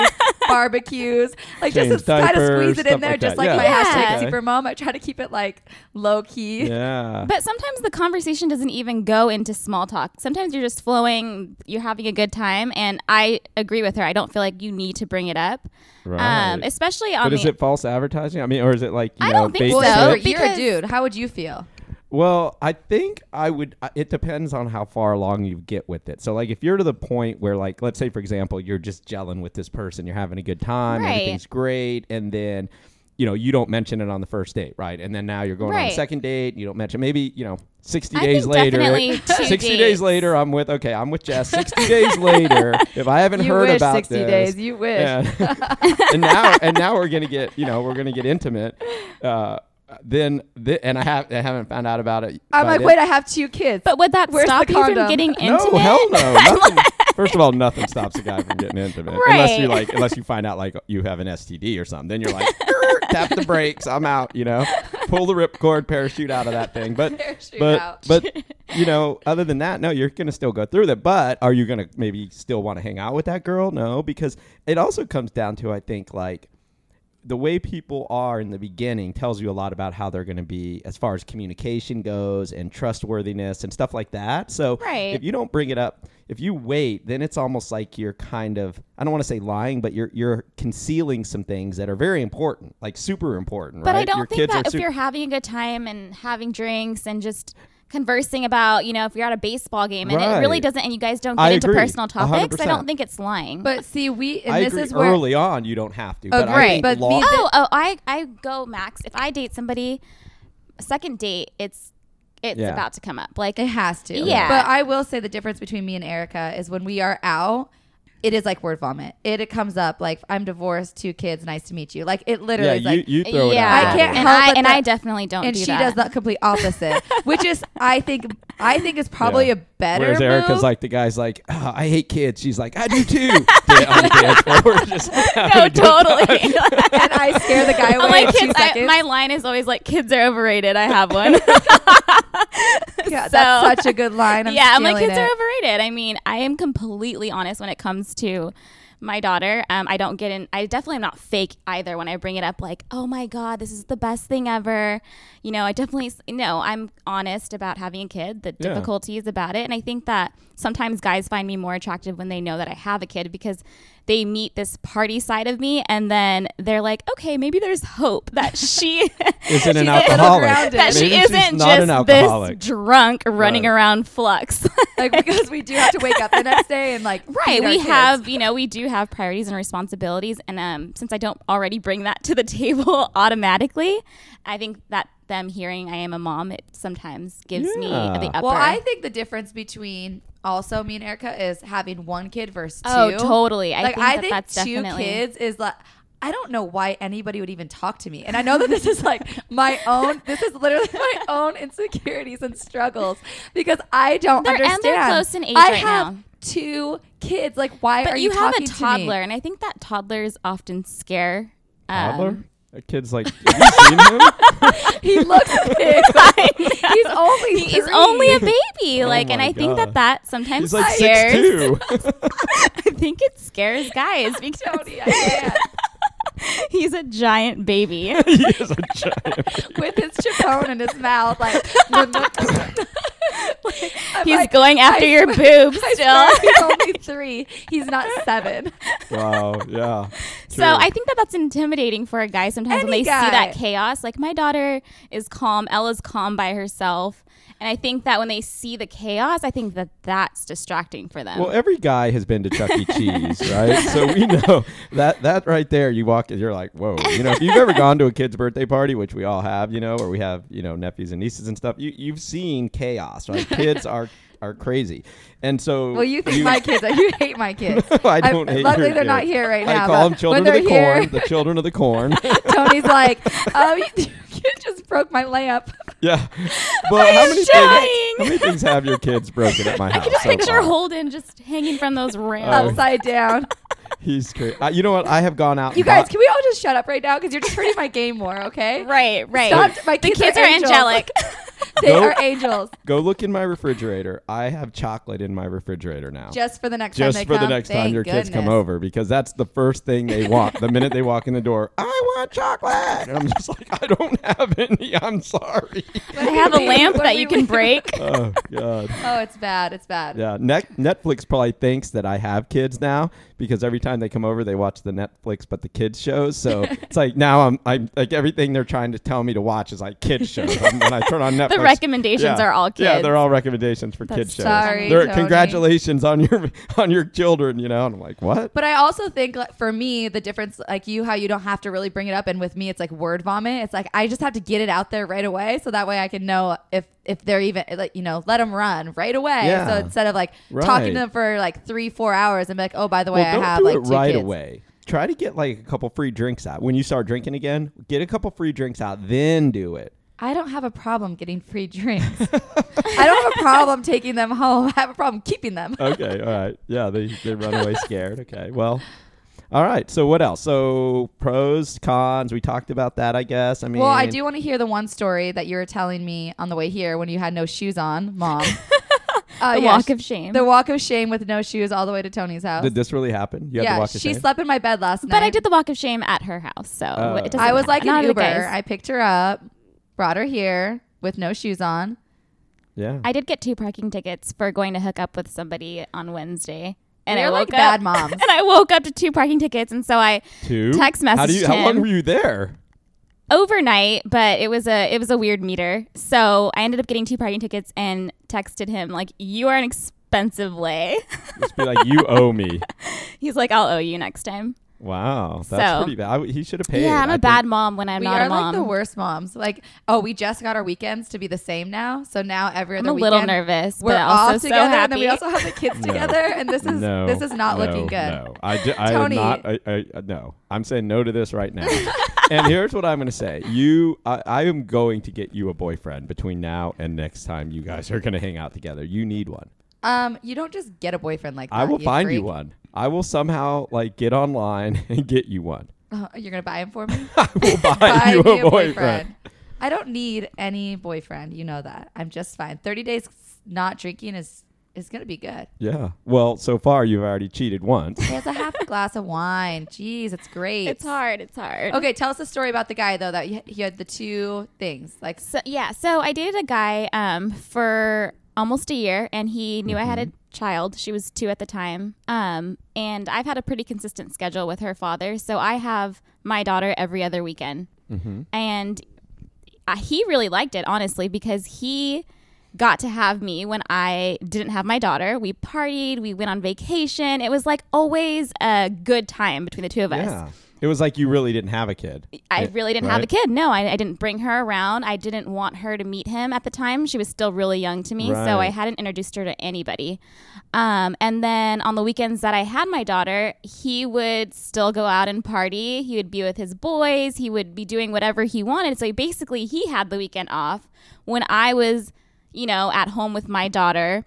Speaker 1: barbecues. Like,
Speaker 2: Change
Speaker 1: just kind of squeeze
Speaker 2: diapers,
Speaker 1: it
Speaker 2: stuff
Speaker 1: in there,
Speaker 2: like
Speaker 1: just
Speaker 2: that.
Speaker 1: like
Speaker 2: Yeah.
Speaker 1: my
Speaker 3: Yeah.
Speaker 1: hashtag
Speaker 2: Okay.
Speaker 1: super mom. I try to keep it like low key.
Speaker 2: Yeah.
Speaker 3: But sometimes the conversation doesn't even go into small talk. Sometimes you're just flowing, you're having a good time, and I agree with her. I don't feel like you need to bring it up,
Speaker 2: right.
Speaker 3: um, especially on
Speaker 2: but is
Speaker 3: the.
Speaker 2: it false advertising? I mean, or is it like you
Speaker 3: I
Speaker 2: know,
Speaker 3: don't think
Speaker 2: bait
Speaker 3: so.
Speaker 2: and
Speaker 1: Well,
Speaker 2: switch?
Speaker 1: if you're, you're a
Speaker 3: because-
Speaker 1: dude. How would you feel?
Speaker 2: Well, I think I would. I- It depends on how far along you get with it. So, like, if you're to the point where, like, let's say, for example, you're just gelling with this person, you're having a good time,
Speaker 3: Right.
Speaker 2: everything's great, and then, you know, you don't mention it on the first date, right? And then now you're going on
Speaker 3: Right.
Speaker 2: a second date, you don't mention. Maybe you know, sixty
Speaker 3: I
Speaker 2: days
Speaker 3: think
Speaker 2: later,
Speaker 3: definitely two
Speaker 2: sixty days
Speaker 3: dates.
Speaker 2: later, I'm with. Okay, I'm with Jess. Sixty days later, if I haven't
Speaker 1: You
Speaker 2: heard
Speaker 1: wish
Speaker 2: about
Speaker 1: 60
Speaker 2: this,
Speaker 1: days. You wish.
Speaker 2: yeah. and now and now we're gonna get you know we're gonna get intimate. Uh, then th- and I have I haven't found out about it.
Speaker 1: I'm
Speaker 2: by
Speaker 1: like,
Speaker 2: then.
Speaker 1: wait, I have two kids.
Speaker 3: But would that
Speaker 1: Where's the
Speaker 3: stop you from
Speaker 1: condom?
Speaker 3: getting
Speaker 2: no,
Speaker 3: intimate?
Speaker 2: hell no. Nothing, first of all, nothing stops a guy from getting intimate unless you
Speaker 3: Right.
Speaker 2: like unless you find out like you have an STD or something. Then you're like tap the brakes. I'm out. You know, pull the ripcord, parachute out of that thing. But
Speaker 1: Parachute
Speaker 2: but
Speaker 1: out.
Speaker 2: but you know, other than that, no, you're gonna still go through that. But are you gonna maybe still want to hang out with that girl? No, because it also comes down to I think like the way people are in the beginning tells you a lot about how they're going to be as far as communication goes and trustworthiness and stuff like that. So
Speaker 3: Right.
Speaker 2: if you don't bring it up, if you wait, then it's almost like you're kind of I don't want to say lying, but you're you're concealing some things that are very important, like super important,
Speaker 3: But
Speaker 2: right?
Speaker 3: I don't
Speaker 2: Your
Speaker 3: think
Speaker 2: kids
Speaker 3: that
Speaker 2: are
Speaker 3: if
Speaker 2: sup-
Speaker 3: you're having a good time and having drinks and just conversing about, you know, if you're at a baseball game and it really
Speaker 2: Right.
Speaker 3: doesn't, and you guys don't
Speaker 2: I
Speaker 3: get into
Speaker 2: agree.
Speaker 3: personal topics, I
Speaker 2: 100%.
Speaker 3: don't think it's lying.
Speaker 1: But see, we and
Speaker 2: I
Speaker 1: this
Speaker 2: agree
Speaker 1: is where
Speaker 2: early on you don't have to, but I
Speaker 1: Agree.
Speaker 2: think
Speaker 1: But
Speaker 2: long-
Speaker 1: me-
Speaker 3: oh, oh, I, I go max. If I date somebody, second date, it's it's
Speaker 2: Yeah.
Speaker 3: about to come up. Like
Speaker 1: it has to.
Speaker 3: Yeah.
Speaker 1: But I will say the difference between me and Erica is when we are out, it is like word vomit. It it comes up like I'm divorced, two kids, nice to meet you. Like it literally
Speaker 2: yeah,
Speaker 1: is like
Speaker 2: you, you throw it
Speaker 3: yeah,
Speaker 2: out.
Speaker 1: I can't help
Speaker 3: and I
Speaker 1: but
Speaker 3: and
Speaker 1: that-
Speaker 3: I definitely don't.
Speaker 1: and
Speaker 3: do
Speaker 1: she does
Speaker 3: that.
Speaker 1: the complete opposite, which is I think I think is probably
Speaker 2: Yeah.
Speaker 1: a better.
Speaker 2: Whereas Erica's
Speaker 1: move.
Speaker 2: like the guy's like, "Ah, I hate kids. She's like, I do too. Yeah, on the dance floor. We're just having
Speaker 3: No,
Speaker 2: a good time.
Speaker 3: totally.
Speaker 1: and I scare the guy away.
Speaker 3: I'm like
Speaker 1: in two
Speaker 3: kids. I,
Speaker 1: seconds.
Speaker 3: my line is always like, "Kids are overrated." I have one.
Speaker 1: yeah, that's
Speaker 3: so-
Speaker 1: such a good line. I'm
Speaker 3: yeah, I'm like,
Speaker 1: stealing
Speaker 3: kids are overrated. I mean, I am completely honest when it comes to my daughter. Um, I don't get in. I definitely am not fake either when I bring it up. Like, oh my god, this is the best thing ever. You know, I definitely s- no. I'm honest about having a kid, the
Speaker 2: Yeah.
Speaker 3: difficulties about it, and I think that sometimes guys find me more attractive when they know that I have a kid because they meet this party side of me, and then they're like, okay, maybe there's hope that she
Speaker 2: Isn't an
Speaker 3: she's
Speaker 2: alcoholic.
Speaker 1: grounded.
Speaker 3: that
Speaker 2: Maybe
Speaker 3: she
Speaker 2: she's
Speaker 3: isn't
Speaker 2: not an
Speaker 3: just this
Speaker 2: alcoholic.
Speaker 3: drunk running
Speaker 2: Right.
Speaker 3: around flux.
Speaker 1: like because we do have to wake up the next day and like
Speaker 3: right
Speaker 1: feed our
Speaker 3: we
Speaker 1: kids.
Speaker 3: have you know we do have priorities and responsibilities and um, since i don't already bring that to the table automatically i think that them hearing i am a mom it sometimes gives me
Speaker 2: Yeah.
Speaker 3: the upper
Speaker 1: Well, I think the difference between also me and Erica is having one kid versus two.
Speaker 3: oh totally i
Speaker 1: like
Speaker 3: think,
Speaker 1: I
Speaker 3: that
Speaker 1: think
Speaker 3: that's
Speaker 1: two
Speaker 3: definitely
Speaker 1: kids is like I don't know why anybody would even talk to me. And I know that this is like my own this is literally my own insecurities and struggles because I don't
Speaker 3: They're- and they're
Speaker 1: understand.
Speaker 3: close in age
Speaker 1: I
Speaker 3: right
Speaker 1: have
Speaker 3: now.
Speaker 1: two kids. Like why are
Speaker 3: but
Speaker 1: you,
Speaker 3: you, have a
Speaker 1: talking to me?
Speaker 3: toddler and i think that toddlers often scare um,
Speaker 2: Toddler? That kid's like, have you seen him?
Speaker 1: He looks big. He's only
Speaker 3: He's
Speaker 1: three.
Speaker 3: only a baby,
Speaker 2: Oh
Speaker 3: like, and
Speaker 2: my
Speaker 3: I think that
Speaker 2: God.
Speaker 3: that sometimes
Speaker 2: He's like
Speaker 3: scares.
Speaker 2: six two.
Speaker 3: I think it scares guys because
Speaker 1: Tony, I can't.
Speaker 3: he's a giant baby.
Speaker 2: he is a giant.
Speaker 1: with his chipone in his mouth, like, I'm
Speaker 3: He's
Speaker 1: like,
Speaker 3: going after
Speaker 1: I
Speaker 3: your boobs still.
Speaker 1: He's only three. He's not seven.
Speaker 2: Wow. Yeah.
Speaker 3: So I think that that's intimidating for a guy sometimes when
Speaker 1: Any
Speaker 3: they
Speaker 1: guy.
Speaker 3: see that chaos. Like my daughter is calm, Ella's calm by herself, and I think that when they see the chaos, I think that that's distracting for them.
Speaker 2: Well, every guy has been to Chuck E. Cheese, right? So we know that that right there, you walk in, you're like, whoa. You know, if you've ever gone to a kid's birthday party, which we all have, you know, or we have, you know, nephews and nieces and stuff, you, you've seen chaos, right? Kids are are crazy. And so
Speaker 1: Well, you think my kids are. You hate my kids.
Speaker 2: I don't hate
Speaker 1: Luckily,
Speaker 2: your
Speaker 1: they're not
Speaker 2: kids.
Speaker 1: here right now.
Speaker 2: I call
Speaker 1: but
Speaker 2: them children
Speaker 1: when
Speaker 2: of the
Speaker 1: they're here,
Speaker 2: corn, the children of the corn.
Speaker 1: Tony's like, oh, you, you just broke my lamp.
Speaker 2: yeah. But how many, things,
Speaker 3: showing.
Speaker 2: how many things have your kids broken at my house?
Speaker 3: I can just
Speaker 2: so
Speaker 3: picture
Speaker 2: far?
Speaker 3: Holden just hanging from those
Speaker 2: Oh.
Speaker 3: rails.
Speaker 1: Upside down.
Speaker 2: He's crazy. Uh, you know what? I have gone out.
Speaker 1: You
Speaker 2: and bought-
Speaker 1: guys, can we all just shut up right now? Because you're just hurting my game more, okay?
Speaker 3: right, right.
Speaker 1: Stop. My
Speaker 3: The
Speaker 1: kids,
Speaker 3: kids are
Speaker 1: angels.
Speaker 3: angelic.
Speaker 1: They
Speaker 2: Go-
Speaker 1: are angels.
Speaker 2: Go look in my refrigerator. I have chocolate in my refrigerator now. Just,
Speaker 1: Just for the next time they
Speaker 2: for the
Speaker 1: come.
Speaker 2: next time
Speaker 1: Thank
Speaker 2: your kids come
Speaker 1: goodness.
Speaker 2: over because that's the first thing they want the minute they walk in the door. I my chocolate. And I'm just like, I don't have any. I'm sorry.
Speaker 3: I have a lamp that you can break.
Speaker 2: Oh god.
Speaker 1: Oh, it's bad. It's bad.
Speaker 2: Yeah, Net- Netflix probably thinks that I have kids now because every time they come over, they watch the Netflix but the kids shows. So it's like now I'm I'm like everything they're trying to tell me to watch is like kids shows. And when I turn on Netflix,
Speaker 3: The recommendations
Speaker 2: yeah.
Speaker 3: are all kids.
Speaker 2: Yeah, they're all recommendations for kids shows.
Speaker 1: sorry,
Speaker 2: They're-
Speaker 1: Tony.
Speaker 2: congratulations on your on your children. You know, and I'm like, what?
Speaker 1: But I also think like, for me, the difference, like you, how you don't have to really bring it up, and with me, it's like word vomit. It's like I just have to get it out there right away, so that way I can know if if they're even like you know let them run right away.
Speaker 2: Yeah.
Speaker 1: So instead of like
Speaker 2: Right.
Speaker 1: talking to them for like three four hours and be like, oh by the way,
Speaker 2: well, don't
Speaker 1: I have
Speaker 2: do
Speaker 1: like
Speaker 2: it
Speaker 1: two
Speaker 2: right
Speaker 1: kids.
Speaker 2: away. Try to get like a couple free drinks out when you start drinking again. Get a couple free drinks out, then do it.
Speaker 1: I don't have a problem getting free drinks. I don't have a problem taking them home. I have a problem keeping them.
Speaker 2: okay, all right. Yeah, they, they run away scared. Okay, well, all right. So what else? So pros, cons. We talked about that, I guess. I mean,
Speaker 1: Well, I do want to hear the one story that you were telling me on the way here when you had no shoes on, mom. Uh,
Speaker 3: The
Speaker 1: yeah,
Speaker 3: walk of shame.
Speaker 1: The walk of shame with no shoes all the way to Tony's house.
Speaker 2: Did this really happen? You had to
Speaker 1: yeah,
Speaker 2: walk the
Speaker 1: she
Speaker 2: shame?
Speaker 1: slept in my bed last night.
Speaker 3: but I did the walk of shame at her house, so
Speaker 2: Oh.
Speaker 3: it doesn't
Speaker 1: I was like
Speaker 3: matter. Not
Speaker 1: an
Speaker 3: to the
Speaker 1: Uber.
Speaker 3: guys.
Speaker 1: I picked her up, brought her here with no shoes on.
Speaker 2: Yeah.
Speaker 3: I did get two parking tickets for going to hook up with somebody on Wednesday. And
Speaker 1: We're
Speaker 3: I
Speaker 1: like
Speaker 3: woke
Speaker 1: bad
Speaker 3: up,
Speaker 1: moms.
Speaker 3: and I woke up to two parking tickets, and so I
Speaker 2: Two
Speaker 3: text
Speaker 2: How do you?
Speaker 3: messaged
Speaker 2: How long
Speaker 3: him.
Speaker 2: were you there?
Speaker 3: overnight, but it was a it was a weird meter. So I ended up getting two parking tickets and texted him like, "You are an expensive lay."
Speaker 2: Just be like, you owe me.
Speaker 3: He's like, "I'll owe you next time."
Speaker 2: Wow, that's
Speaker 3: So-
Speaker 2: pretty bad. I w- he should have paid.
Speaker 3: yeah, I'm a
Speaker 2: a
Speaker 3: a bad mom when I'm
Speaker 1: we
Speaker 3: not
Speaker 1: are
Speaker 3: a mom.
Speaker 1: like the worst moms. Like, oh, we just got our weekends to be the same now. So now every
Speaker 3: I'm
Speaker 1: other
Speaker 3: a
Speaker 1: weekend,
Speaker 3: little nervous,
Speaker 1: We're
Speaker 3: but
Speaker 1: off
Speaker 3: also so
Speaker 1: together,
Speaker 3: happy.
Speaker 1: and then we also have the kids
Speaker 2: No.
Speaker 1: together, and this is
Speaker 2: No,
Speaker 1: this is not
Speaker 2: no,
Speaker 1: looking good.
Speaker 2: No, I, d- I
Speaker 1: Tony.
Speaker 2: am not. I, I, I- no, I'm saying no to this right now. and here's what I'm going to say: you, I, I am going to get you a boyfriend between now and next time you guys are going to hang out together. You need one.
Speaker 1: Um, you don't just get a boyfriend like that.
Speaker 2: I will find you
Speaker 1: freak.
Speaker 2: one. I will somehow like get online and get you one.
Speaker 1: Oh, you're gonna buy him for me.
Speaker 2: I will buy,
Speaker 1: buy
Speaker 2: you a
Speaker 1: me
Speaker 2: boyfriend.
Speaker 1: I don't need any boyfriend. You know that. I'm just fine. Thirty days not drinking is is gonna be good.
Speaker 2: Yeah. Well, so far you've already cheated once.
Speaker 1: He has a half a glass of wine. Jeez, it's great.
Speaker 3: it's hard. It's hard.
Speaker 1: Okay, tell us a story about the guy though that you- he had the two things. Like,
Speaker 3: So yeah, so I dated a guy um, for almost a year, and he knew I had a child. She was two at the time, um, and I've had a pretty consistent schedule with her father. So I have my daughter every other weekend, and uh, he really liked it honestly because he got to have me when I didn't have my daughter. We partied, we went on vacation. It was like always a good time between the two of us.
Speaker 2: yeah. It was like you really didn't have a kid.
Speaker 3: I
Speaker 2: Yeah,
Speaker 3: really didn't
Speaker 2: right?
Speaker 3: have a kid. No, I, I didn't bring her around. I didn't want her to meet him at the time. She was still really young to me, so I
Speaker 2: Right.
Speaker 3: hadn't introduced her to anybody. Um, and then on the weekends that I had my daughter, he would still go out and party. He would be with his boys. He would be doing whatever he wanted. So basically, he had the weekend off when I was, you know, at home with my daughter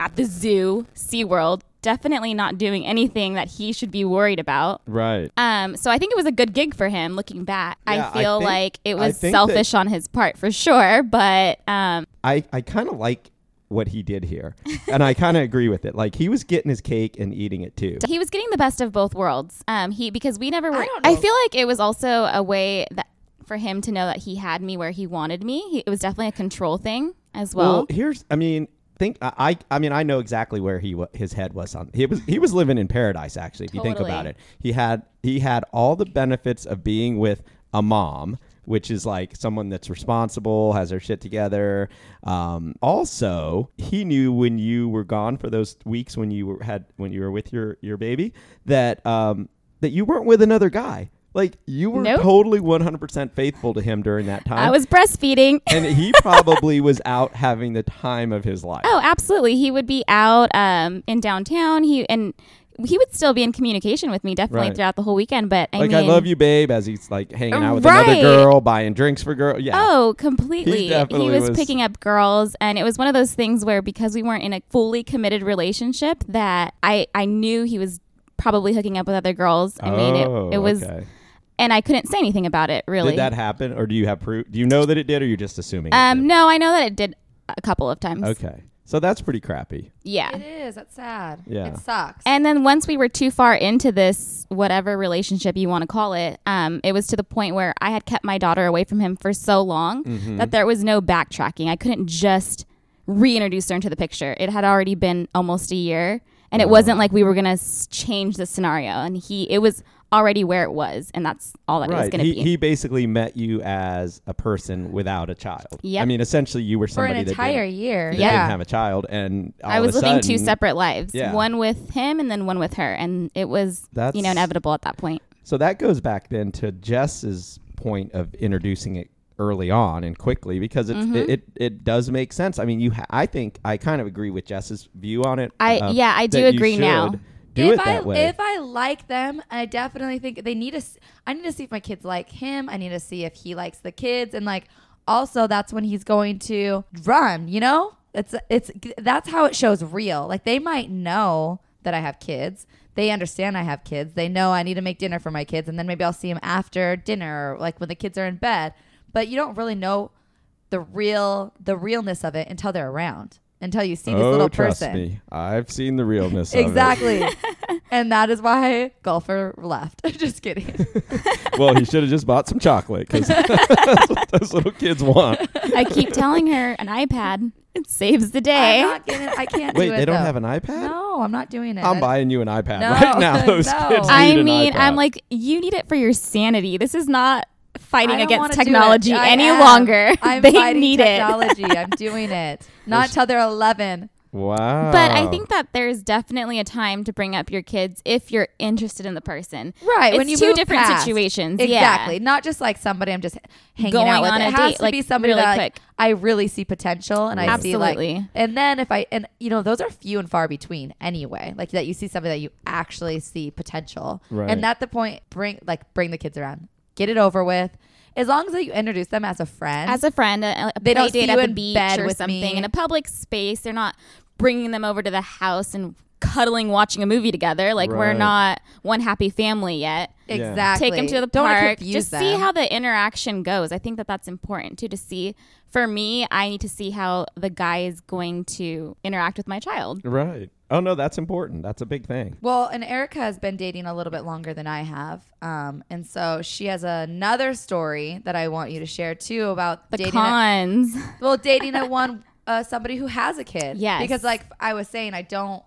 Speaker 3: at the zoo, SeaWorld, definitely not doing anything that he should be worried about.
Speaker 2: Right.
Speaker 3: Um, so I think it was a good gig for him. Looking back,
Speaker 2: Yeah, I
Speaker 3: I feel
Speaker 2: think-
Speaker 3: like it
Speaker 2: I
Speaker 3: was
Speaker 2: think
Speaker 3: selfish on his part for sure. But um,
Speaker 2: I, I kind of like what he did here. and I kind of agree with it. Like he was getting his cake and eating it too.
Speaker 3: he was getting the best of both worlds. Um, he because we never were.
Speaker 1: I
Speaker 3: I,
Speaker 1: don't know.
Speaker 3: feel like it was also a way that for him to know that he had me where he wanted me. He, it was definitely a control thing as well.
Speaker 2: here's I mean, think I I I mean I know exactly where he wa- his head was on. He was he was living in paradise actually. If you think
Speaker 3: Totally.
Speaker 2: about it, he had he had all the benefits of being with a mom. Which is like someone that's responsible, has their shit together. Um, also, he knew when you were gone for those weeks when you were had when you were with your your baby that um, that you weren't with another guy. Like you were
Speaker 3: Nope.
Speaker 2: totally one hundred percent faithful to him during that time
Speaker 3: I was breastfeeding.
Speaker 2: and he probably was out having the time of his life.
Speaker 3: Oh, absolutely. He would be out um, in downtown. He and he would still be in communication with me definitely
Speaker 2: Right.
Speaker 3: throughout the whole weekend. But I
Speaker 2: like
Speaker 3: mean,
Speaker 2: I love you, babe, as he's like hanging out with another
Speaker 3: Right.
Speaker 2: girl, buying drinks for girl. Yeah.
Speaker 3: Oh, completely.
Speaker 2: He
Speaker 3: He,
Speaker 2: definitely
Speaker 3: was,
Speaker 2: was-
Speaker 3: picking up girls and it was one of those things where because we weren't in a fully committed relationship that I I knew he was probably hooking up with other girls. I mean, it, it was
Speaker 2: Oh, okay.
Speaker 3: and I couldn't say anything about it really.
Speaker 2: Did that happen, or do you have proof? Do you know that it did, or you're just assuming? it
Speaker 3: um
Speaker 2: did?
Speaker 3: no, I know that it did a couple of times.
Speaker 2: Okay. So that's pretty crappy.
Speaker 3: Yeah.
Speaker 1: It is. That's sad.
Speaker 2: Yeah.
Speaker 1: It sucks.
Speaker 3: And then once we were too far into this whatever relationship you want to call it, um, it was to the point where I had kept my daughter away from him for so long
Speaker 2: Mm-hmm.
Speaker 3: that there was no backtracking. I couldn't just reintroduce her into the picture. It had already been almost a year, and it wasn't like we were gonna s- change the scenario. And he, it was already where it was, and that's all that it was
Speaker 2: Right.
Speaker 3: gonna
Speaker 2: He,
Speaker 3: be.
Speaker 2: he basically met you as a person without a child.
Speaker 3: Yep.
Speaker 2: I mean, essentially, you were
Speaker 1: for
Speaker 2: somebody
Speaker 1: an
Speaker 2: that
Speaker 1: entire
Speaker 2: didn't,
Speaker 1: year.
Speaker 2: that
Speaker 1: Yeah.
Speaker 3: Yeah.
Speaker 2: didn't have a child, and all
Speaker 3: I
Speaker 2: of
Speaker 3: was
Speaker 2: a
Speaker 3: living two
Speaker 2: sudden-
Speaker 3: separate lives,
Speaker 2: Yeah.
Speaker 3: one with him and then one with her, and it was
Speaker 2: That's-
Speaker 3: you know inevitable at that point.
Speaker 2: So that goes back then to Jess's point of introducing it early on and quickly because it's,
Speaker 3: Mm-hmm.
Speaker 2: it, it it does make sense. I mean, you ha- I think I kind of agree with Jess's view on it. uh,
Speaker 3: I- yeah, I do
Speaker 2: that you
Speaker 3: agree now.
Speaker 2: should Do
Speaker 1: if
Speaker 2: it
Speaker 1: I
Speaker 2: that way.
Speaker 1: if I like them, I definitely think they need to. s- I need to see if my kids like him. I need to see if he likes the kids, and like also that's when he's going to run. You know, it's it's that's how it shows real. Like they might know that I have kids. They understand I have kids. They know I need to make dinner for my kids, and then maybe I'll see him after dinner, or like when the kids are in bed. But you don't really know the real the realness of it until they're around, until you see this
Speaker 2: oh,
Speaker 1: little
Speaker 2: trust
Speaker 1: person.
Speaker 2: me, I've seen the realness.
Speaker 1: Exactly. and that is why golfer left. Just kidding.
Speaker 2: Of it. Well, he should have just bought some chocolate because that's what those little kids want.
Speaker 3: I keep telling her an iPad it saves the
Speaker 1: I'm
Speaker 3: day.
Speaker 1: not getting I can't
Speaker 2: Wait,
Speaker 1: do it.
Speaker 2: they don't
Speaker 1: though.
Speaker 2: have an iPad.
Speaker 1: No, I'm not doing it.
Speaker 2: I'm buying you an iPad
Speaker 1: No,
Speaker 2: right now. Those
Speaker 1: no.
Speaker 2: kids
Speaker 1: I
Speaker 3: I
Speaker 2: need an
Speaker 3: mean,
Speaker 2: iPad.
Speaker 3: I'm like, you need it for your sanity. This is not fighting
Speaker 1: I don't wanna
Speaker 3: against
Speaker 1: do it.
Speaker 3: technology
Speaker 1: I
Speaker 3: any
Speaker 1: am.
Speaker 3: longer.
Speaker 1: I'm
Speaker 3: they
Speaker 1: fighting
Speaker 3: need it.
Speaker 1: technology. I'm doing it. Not till they're 11.
Speaker 2: wow.
Speaker 3: But I think that there's definitely a time to bring up your kids if you're interested in the person.
Speaker 1: Right.
Speaker 3: It's
Speaker 1: when you
Speaker 3: two
Speaker 1: move
Speaker 3: different
Speaker 1: past.
Speaker 3: situations. Yeah.
Speaker 1: Exactly. Not just like somebody I'm just hanging
Speaker 3: Going
Speaker 1: out with.
Speaker 3: on
Speaker 1: it
Speaker 3: a
Speaker 1: has
Speaker 3: date,
Speaker 1: to
Speaker 3: like,
Speaker 1: be somebody
Speaker 3: really
Speaker 1: that like,
Speaker 3: quick.
Speaker 1: I really see potential and I see like
Speaker 3: Absolutely.
Speaker 1: and then if I and you know, those are few and far between anyway. Like that you see somebody that you actually see potential.
Speaker 2: Right.
Speaker 1: And at the point bring like bring the kids around. Get it over with. As long as you introduce them as a friend.
Speaker 3: As a friend, a, a
Speaker 1: They
Speaker 3: play
Speaker 1: don't see you
Speaker 3: date at the
Speaker 1: in
Speaker 3: beach
Speaker 1: bed
Speaker 3: or
Speaker 1: with
Speaker 3: something
Speaker 1: me.
Speaker 3: in a public space. They're not bringing them over to the house and cuddling, watching a movie together. Like we're
Speaker 2: Right.
Speaker 3: not one happy family yet.
Speaker 2: Yeah.
Speaker 1: exactly.
Speaker 3: Take them to the
Speaker 1: Don't wanna
Speaker 3: park.
Speaker 1: confuse
Speaker 3: Just see
Speaker 1: them.
Speaker 3: how the interaction goes. I think that that's important too to see. For me, I need to see how the guy is going to interact with my child.
Speaker 2: Right. Oh no, that's important. That's a big thing.
Speaker 1: Well, and Erica has been dating a little bit longer than I have. Um, and so she has another story that I want you to share too about
Speaker 3: The
Speaker 1: dating. a-
Speaker 3: cons.
Speaker 1: well, dating a one uh, somebody who has a kid.
Speaker 3: Yes.
Speaker 1: Because like I was saying, I don't.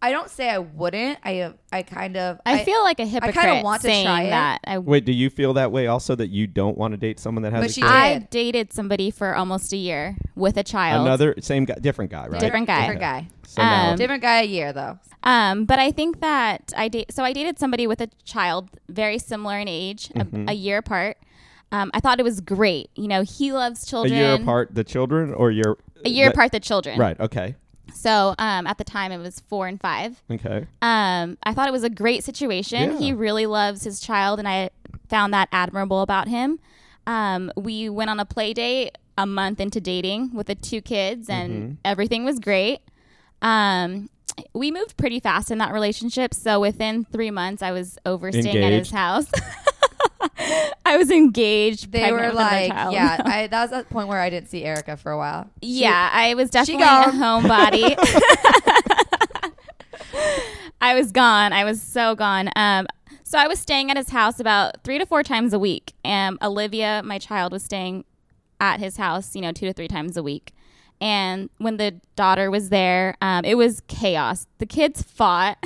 Speaker 1: I don't say I wouldn't. I I kind of.
Speaker 3: I, feel like a hypocrite
Speaker 1: want to
Speaker 3: saying
Speaker 1: try it.
Speaker 3: that. I,
Speaker 2: Wait, do you feel that way also that you don't want to date someone that has
Speaker 1: But
Speaker 2: a
Speaker 1: she
Speaker 2: kid?
Speaker 1: did.
Speaker 3: I dated somebody for almost a year with a child.
Speaker 2: another same guy, different guy, right?
Speaker 3: Different guy.
Speaker 1: Different guy.
Speaker 2: So now-
Speaker 3: Um,
Speaker 1: Different guy a year though.
Speaker 3: Um, but I think that I date. So I dated somebody with a child, very similar in age, a-
Speaker 2: Mm-hmm.
Speaker 3: a, year apart. Um, I thought it was great. You know, he loves
Speaker 2: a
Speaker 3: children.
Speaker 2: year apart, the children or your
Speaker 3: A year
Speaker 2: that-
Speaker 3: apart, the children.
Speaker 2: Right. Okay.
Speaker 3: So um, at the time, it was four and five.
Speaker 2: Okay.
Speaker 3: Um, I thought it was a great situation.
Speaker 2: Yeah.
Speaker 3: He really loves his child, and I found that admirable about him. Um, we went on a play date a month into dating with the two kids, and
Speaker 2: Mm-hmm.
Speaker 3: everything was great. Um, we moved pretty fast in that relationship. So within three months, I was overstaying at
Speaker 2: Engaged.
Speaker 3: his house. I was engaged.
Speaker 1: They
Speaker 3: pregnant
Speaker 1: were
Speaker 3: with another
Speaker 1: like,
Speaker 3: child.
Speaker 1: yeah. I, that was a point where I didn't see Erica for a while.
Speaker 3: Yeah, I was definitely a
Speaker 1: gone.
Speaker 3: homebody. I was gone. I was so gone. Um, so I was staying at his house about three to four times a week. And Olivia, my child, was staying at his house, you know, two to three times a week. And when the daughter was there, um, it was chaos. The kids fought.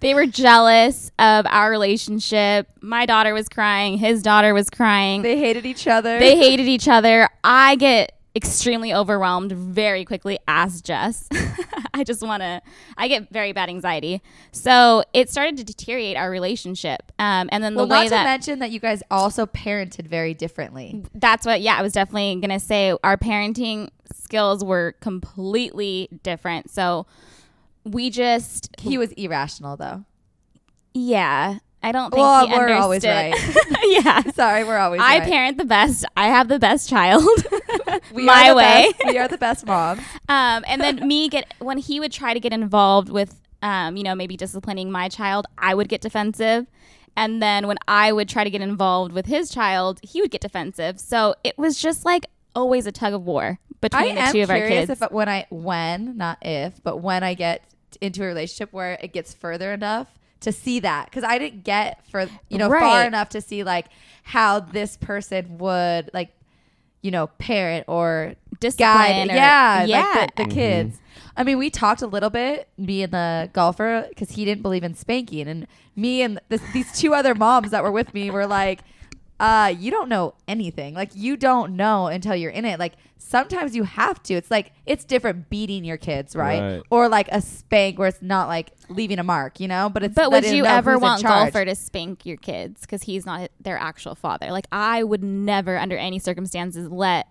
Speaker 3: they were jealous of our relationship. My daughter was crying. His daughter was crying
Speaker 1: They hated each other.
Speaker 3: they hated each other. I get extremely overwhelmed very quickly as Jess. I just want to, I get very bad anxiety. So it started to deteriorate our relationship. Um, and then the
Speaker 1: well,
Speaker 3: way
Speaker 1: not to
Speaker 3: that
Speaker 1: mention that you guys also parented very differently.
Speaker 3: that's what yeah i was definitely gonna say our parenting skills were completely different so we just
Speaker 1: He was irrational though.
Speaker 3: yeah i don't think
Speaker 1: Well,
Speaker 3: he
Speaker 1: we're always
Speaker 3: understood. yeah
Speaker 1: Sorry, we're always.
Speaker 3: i
Speaker 1: right.
Speaker 3: parent the best i have the best child
Speaker 1: We are
Speaker 3: my
Speaker 1: the
Speaker 3: way
Speaker 1: best- we are the best moms.
Speaker 3: Um, and then me get when he would try to get involved with, um, you know, maybe disciplining my child, I would get defensive. And then when I would try to get involved with his child, he would get defensive. So it was just like always a tug of war
Speaker 1: I
Speaker 3: between the
Speaker 1: am
Speaker 3: two of our
Speaker 1: curious
Speaker 3: kids.
Speaker 1: if when I when not if but when I get into a relationship where it gets further enough to see that because I didn't get for you know far
Speaker 3: Right.
Speaker 1: enough to see like how this person would like you know parent or guide
Speaker 3: Discipline or-
Speaker 1: yeah
Speaker 3: yeah.
Speaker 1: like the, the kids. I mean, we talked a little bit, me and the golfer, because he didn't believe in spanking, and me and this, these two other moms that were with me were like, uh, "You don't know anything. Like, you don't know until you're in it. Like, sometimes you have to. It's like it's different beating your kids, right?
Speaker 2: Right.
Speaker 1: Or like a spank where it's not like leaving a mark, you know. But it's
Speaker 3: but would
Speaker 1: letting
Speaker 3: you
Speaker 1: them know
Speaker 3: ever
Speaker 1: who's in
Speaker 3: want
Speaker 1: charge.
Speaker 3: golfer to spank your kids because he's not their actual father? Like I would never, under any circumstances, let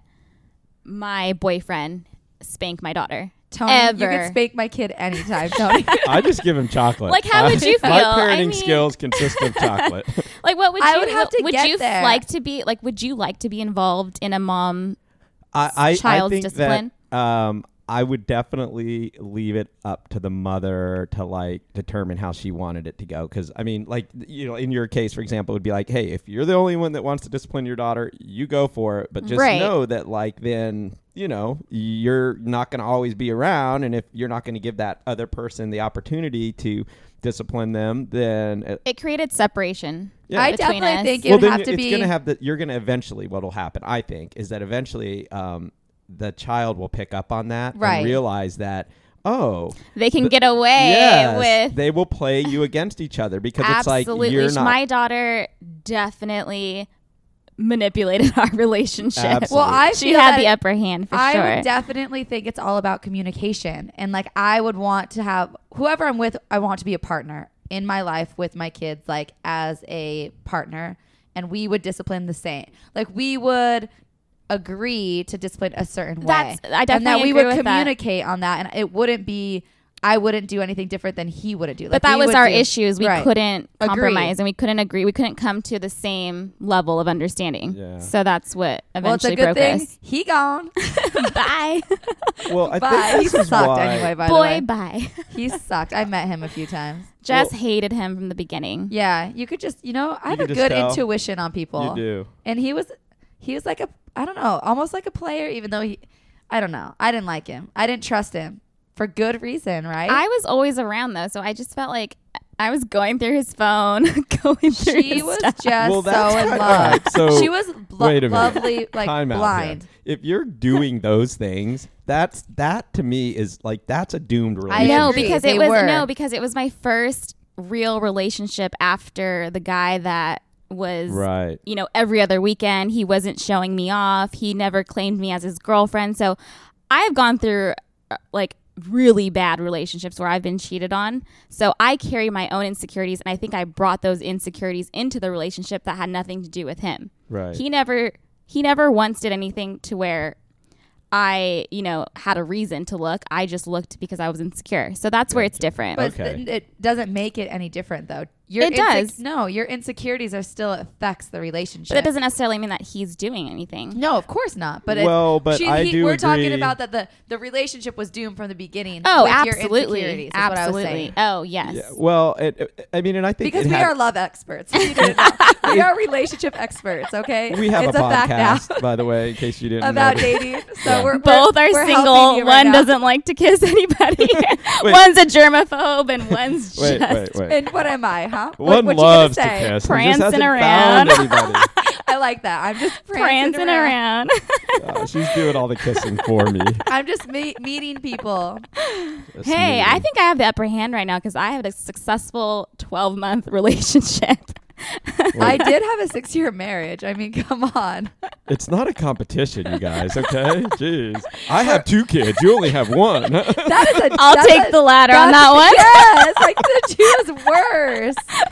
Speaker 3: my boyfriend spank my daughter.
Speaker 1: Tony,
Speaker 3: ever.
Speaker 1: you could spank my kid anytime, Tony.
Speaker 2: I just give him chocolate.
Speaker 3: Like, how
Speaker 2: I-
Speaker 3: would you
Speaker 2: My
Speaker 3: feel? I
Speaker 2: parenting
Speaker 3: mean-
Speaker 2: skills consist of chocolate.
Speaker 3: Like what would you
Speaker 1: I would have to
Speaker 3: would
Speaker 1: get
Speaker 3: you
Speaker 1: there.
Speaker 3: like to be like would you like to be involved in a mom
Speaker 2: I, I, I
Speaker 3: Child's
Speaker 2: think
Speaker 3: discipline.
Speaker 2: that um, I would definitely leave it up to the mother to like determine how she wanted it to go. Because I mean, like you know, in your case, for example, it would be like, hey, if you're the only one that wants to discipline your daughter, you go for it. But just
Speaker 3: Right.
Speaker 2: know that like then you know you're not going to always be around, and if you're not going to give that other person the opportunity to discipline them, then uh,
Speaker 3: it created separation.
Speaker 2: Yeah.
Speaker 1: I
Speaker 3: between
Speaker 1: definitely
Speaker 3: us.
Speaker 1: think it
Speaker 2: well,
Speaker 1: would
Speaker 2: then
Speaker 1: have to
Speaker 2: it's
Speaker 1: be.
Speaker 2: gonna have the you're gonna eventually what'll happen i think is that eventually um, the child will pick up on that
Speaker 1: Right.
Speaker 2: and realize that oh
Speaker 3: they can get away
Speaker 2: yes,
Speaker 3: with
Speaker 2: they will play you against each other because
Speaker 3: absolutely
Speaker 2: it's like you're not
Speaker 3: my daughter definitely manipulated our relationship.
Speaker 2: Absolutely.
Speaker 1: well, I
Speaker 3: she
Speaker 1: feel
Speaker 3: had
Speaker 1: that
Speaker 3: the upper hand for
Speaker 1: I
Speaker 3: sure.
Speaker 1: would definitely think it's all about communication. And like, I would want to have whoever I'm with, I want to be a partner in my life with my kids, like as a partner. And we would discipline the same. Like, we would agree to discipline a certain
Speaker 3: That's-
Speaker 1: way.
Speaker 3: I
Speaker 1: and that
Speaker 3: definitely
Speaker 1: we
Speaker 3: agree
Speaker 1: would
Speaker 3: with that.
Speaker 1: communicate on that. And it wouldn't be, I wouldn't do anything different than he wouldn't do.
Speaker 3: but
Speaker 1: Like,
Speaker 3: that
Speaker 1: we
Speaker 3: was
Speaker 1: would
Speaker 3: our
Speaker 1: do-
Speaker 3: issue is we
Speaker 1: Right.
Speaker 3: couldn't
Speaker 1: Agree.
Speaker 3: compromise and we couldn't agree. We couldn't come to the same level of understanding.
Speaker 2: Yeah.
Speaker 3: So that's what
Speaker 1: Well, it's a
Speaker 3: eventually
Speaker 1: good
Speaker 3: broke
Speaker 1: thing he gone.
Speaker 3: us. bye.
Speaker 2: well i
Speaker 1: Bye.
Speaker 2: think
Speaker 1: He
Speaker 2: this is
Speaker 1: sucked
Speaker 2: why
Speaker 1: anyway. By the
Speaker 3: Boy,
Speaker 1: way,
Speaker 3: bye.
Speaker 1: he sucked. I met him a few times.
Speaker 3: Jess
Speaker 2: Well-
Speaker 3: hated him from the beginning.
Speaker 1: Yeah, you could just, you know, I have
Speaker 2: can
Speaker 1: a
Speaker 2: just
Speaker 1: good
Speaker 2: tell.
Speaker 1: intuition on people.
Speaker 2: you do
Speaker 1: And he was, he was like a, I don't know, almost like a player, even though he, I don't know, I didn't like him. I didn't trust him for good reason, right?
Speaker 3: I was always around though, so I just felt like I was going through his phone, going through
Speaker 1: she
Speaker 3: his
Speaker 1: was
Speaker 3: stuff.
Speaker 1: just so in
Speaker 2: kinda-
Speaker 1: love.
Speaker 2: alright, so
Speaker 1: she was lo-
Speaker 2: wait a minute.
Speaker 1: lovely, like
Speaker 2: Time out here.
Speaker 1: blind.
Speaker 2: if you're doing those things that's that to me is like that's a doomed
Speaker 1: I
Speaker 2: relationship
Speaker 1: know,
Speaker 3: no,
Speaker 1: agree.
Speaker 3: because
Speaker 1: They
Speaker 3: it was
Speaker 1: were.
Speaker 3: no, because it was my first real relationship after the guy that was
Speaker 2: right
Speaker 3: you know, every other weekend. He wasn't showing me off. He never claimed me as his girlfriend. So I've gone through uh, like really bad relationships where I've been cheated on. So I carry my own insecurities. And I think I brought those insecurities into the relationship that had nothing to do with him.
Speaker 2: right
Speaker 3: He never, he never once did anything to where I, you know, had a reason to look. I just looked because I was insecure. So that's where it's different.
Speaker 1: But
Speaker 2: Okay.
Speaker 1: th- it doesn't make it any different, though. Your
Speaker 3: It does.
Speaker 1: No, your insecurities are still affects the relationship.
Speaker 3: but that doesn't necessarily mean that he's doing anything.
Speaker 1: No, of course not. But it-
Speaker 2: Well, but
Speaker 1: she,
Speaker 2: I
Speaker 1: he,
Speaker 2: do
Speaker 1: we're talking
Speaker 2: agree-
Speaker 1: about that the the relationship was doomed from the beginning.
Speaker 3: Oh,
Speaker 1: with your
Speaker 3: absolutely.
Speaker 1: insecurities, is what I was
Speaker 3: Absolutely.
Speaker 1: saying.
Speaker 3: Oh, yes.
Speaker 2: yeah, well it, it- i mean and i think
Speaker 1: Because
Speaker 2: it
Speaker 1: we
Speaker 2: had-
Speaker 1: are love experts. We, do know. we are relationship experts. Okay,
Speaker 2: we have
Speaker 1: it's
Speaker 2: a,
Speaker 1: fact
Speaker 2: podcast,
Speaker 1: now
Speaker 2: by the way, in case you didn't
Speaker 1: about
Speaker 2: know.
Speaker 1: dating. So
Speaker 2: Yeah.
Speaker 1: we're
Speaker 3: both
Speaker 1: we're-
Speaker 3: are
Speaker 1: we're helping
Speaker 3: single.
Speaker 1: you right
Speaker 3: one
Speaker 1: now.
Speaker 3: doesn't like to kiss anybody.
Speaker 2: Wait.
Speaker 3: one's a germaphobe and one's
Speaker 2: Wait,
Speaker 3: just.
Speaker 2: wait, wait.
Speaker 1: And what am I, huh? what,
Speaker 2: One
Speaker 1: what you gonna
Speaker 2: loves to
Speaker 1: say?
Speaker 2: kiss.
Speaker 3: Prancing
Speaker 2: and just hasn't
Speaker 3: around.
Speaker 2: found anybody.
Speaker 1: I like that. I'm just prancing,
Speaker 3: Prancing around.
Speaker 2: Uh, she's doing all the kissing for me.
Speaker 1: I'm just me- meeting people.
Speaker 2: That's
Speaker 3: hey,
Speaker 2: me.
Speaker 3: I think I have the upper hand right now because I had a successful 12 month relationship.
Speaker 1: I did have a six year marriage. I mean, come on.
Speaker 2: it's not a competition, you guys. Okay, jeez. I have two kids. You only have one.
Speaker 1: That is a.
Speaker 3: I'll
Speaker 1: that's
Speaker 3: take
Speaker 1: a-
Speaker 3: the latter on
Speaker 1: That's-
Speaker 3: that one.
Speaker 1: Yes, like the two is worse.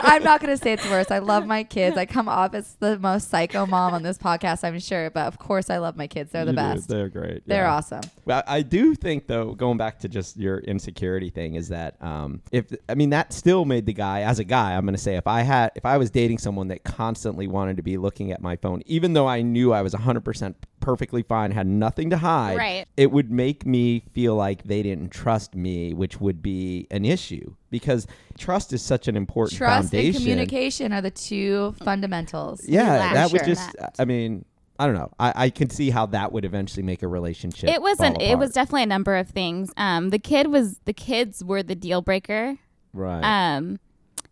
Speaker 1: I'm not gonna say it's worse. I love my kids. I come off as the most psycho mom on this podcast, I'm sure, but of course I love my kids. They're the
Speaker 2: You do.
Speaker 1: best.
Speaker 2: They're great.
Speaker 1: They're
Speaker 2: yeah.
Speaker 1: awesome.
Speaker 2: Well, I do think though, going back to just your insecurity thing, is that um, if I mean that still made the guy as a guy. I'm going to say if I had if I was dating someone that constantly wanted to be looking at my phone, even though I knew I was 100 percent perfectly fine, had nothing to hide,
Speaker 3: Right.
Speaker 2: it would make me feel like they didn't trust me, which would be an issue because trust is such an important
Speaker 1: Trust and
Speaker 2: foundation.
Speaker 1: communication are the two fundamentals.
Speaker 2: Yeah,
Speaker 3: Relax.
Speaker 2: that would
Speaker 3: Sure.
Speaker 2: just. I mean, I don't know. I, I can see how that would eventually make a relationship.
Speaker 3: It was
Speaker 2: fall
Speaker 3: an, it was
Speaker 2: apart.
Speaker 3: definitely a number of things. Um, the kid was the kids were the deal breaker.
Speaker 2: right.
Speaker 3: Um,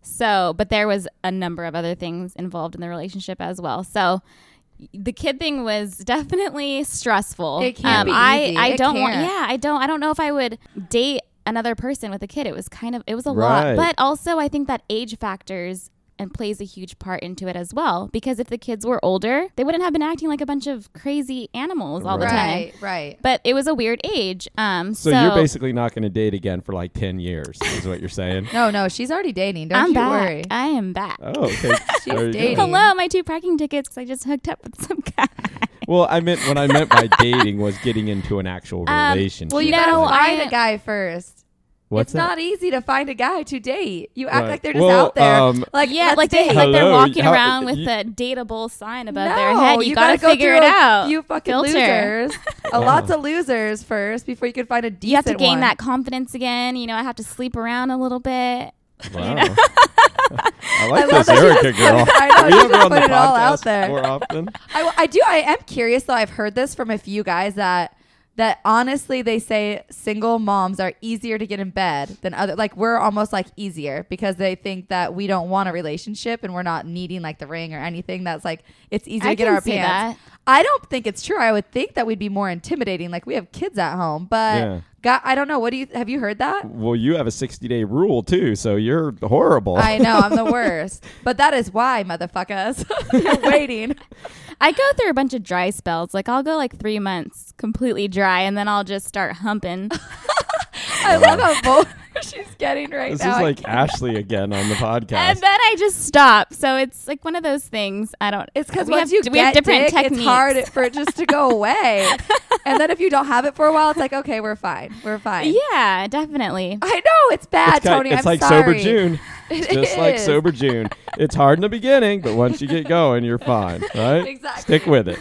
Speaker 3: so but there was a number of other things involved in the relationship as well. So the kid thing was definitely stressful.
Speaker 1: It can't
Speaker 3: um,
Speaker 1: be
Speaker 3: I
Speaker 1: easy.
Speaker 3: I
Speaker 1: It
Speaker 3: don't want.
Speaker 1: can't.
Speaker 3: Yeah, I don't. I don't know if I would date another person with a kid. It was kind of it was a
Speaker 2: Right.
Speaker 3: lot, but also I think that age factors and plays a huge part into it as well because if the kids were older, they wouldn't have been acting like a bunch of crazy animals all the time
Speaker 1: right, right.
Speaker 3: but it was a weird age. Um,
Speaker 2: so,
Speaker 3: so,
Speaker 2: you're basically not going to date again for like ten years, is what you're saying?
Speaker 1: No, no, she's already dating. Don't
Speaker 3: I'm
Speaker 1: you
Speaker 3: back. Uh,
Speaker 1: worry.
Speaker 3: I am back.
Speaker 2: oh, okay.
Speaker 1: She's
Speaker 2: There you go.
Speaker 1: dating.
Speaker 3: Hello, my two parking tickets. I just hooked up with some guy.
Speaker 2: Well, I meant what I meant by dating was getting into an actual
Speaker 3: Um,
Speaker 2: relationship.
Speaker 1: Well, you
Speaker 3: No,
Speaker 1: gotta find
Speaker 3: I-
Speaker 1: a guy first.
Speaker 2: What's
Speaker 1: it's
Speaker 2: that?
Speaker 1: not easy to find a guy to date. You act
Speaker 2: Right.
Speaker 1: like they're just
Speaker 2: Well,
Speaker 1: out there.
Speaker 2: um,
Speaker 1: like
Speaker 3: yeah,
Speaker 1: let's
Speaker 3: like they
Speaker 1: date.
Speaker 3: like they're
Speaker 2: Hello,
Speaker 3: walking
Speaker 2: how- uh,
Speaker 3: around with
Speaker 2: you-
Speaker 3: a dateable sign above
Speaker 1: no,
Speaker 3: their head. You,
Speaker 1: gotta,
Speaker 3: gotta,
Speaker 1: go
Speaker 3: figure
Speaker 1: through
Speaker 3: it
Speaker 1: a-
Speaker 3: out.
Speaker 1: You fucking
Speaker 3: Filter.
Speaker 1: losers. a
Speaker 2: Wow.
Speaker 1: lots of losers first before you can find a decent
Speaker 3: You have to gain
Speaker 1: one.
Speaker 3: that confidence again. You know, I have to sleep around a little bit.
Speaker 2: Wow. I like
Speaker 1: I love
Speaker 2: this
Speaker 1: that she
Speaker 2: Erica
Speaker 1: just-
Speaker 2: girl.
Speaker 1: I know,
Speaker 2: we
Speaker 1: she
Speaker 2: have her
Speaker 1: just
Speaker 2: on the
Speaker 1: put it all out
Speaker 2: podcast
Speaker 1: there.
Speaker 2: more often.
Speaker 1: I, I do. I am curious though. I've heard this from a few guys that that honestly they say single moms are easier to get in bed than other. Like we're almost like easier because they think that we don't want a relationship and we're not needing like the ring or anything. That's like it's easy
Speaker 3: I
Speaker 1: to get
Speaker 3: can
Speaker 1: our
Speaker 3: see
Speaker 1: pants. I don't think it's true. I would think that we'd be more intimidating. Like we have kids at home, but
Speaker 2: Yeah.
Speaker 1: God, I don't know. What do you have you heard that?
Speaker 2: Well, you have a 60 day rule too, so you're horrible.
Speaker 1: I know I'm the worst, but that is why motherfuckers You're waiting.
Speaker 3: I go through a bunch of dry spells. Like I'll go like three months completely dry, and then I'll just start humping.
Speaker 1: I love how vulnerable she's getting right
Speaker 2: this is
Speaker 1: now. I uh,
Speaker 2: like
Speaker 1: can't-
Speaker 2: Ashley again on the
Speaker 3: and
Speaker 2: podcast.
Speaker 3: then I just stop. So it's like one of those things. I don't.
Speaker 1: It's because
Speaker 3: we
Speaker 1: once
Speaker 3: have-
Speaker 1: you get dick, it's hard for it just to go away. and then if you don't have it for a while, it's like, okay, we're fine. We're fine.
Speaker 3: Yeah, definitely.
Speaker 1: I know it's bad,
Speaker 2: It's, kind
Speaker 1: Tony.
Speaker 2: it's
Speaker 1: I'm
Speaker 2: like sober
Speaker 1: sorry.
Speaker 2: June. It's
Speaker 1: It
Speaker 2: just like
Speaker 1: is.
Speaker 2: sober June. It's hard in the beginning, but once you get going, you're fine, right?
Speaker 1: Exactly.
Speaker 2: Stick with it.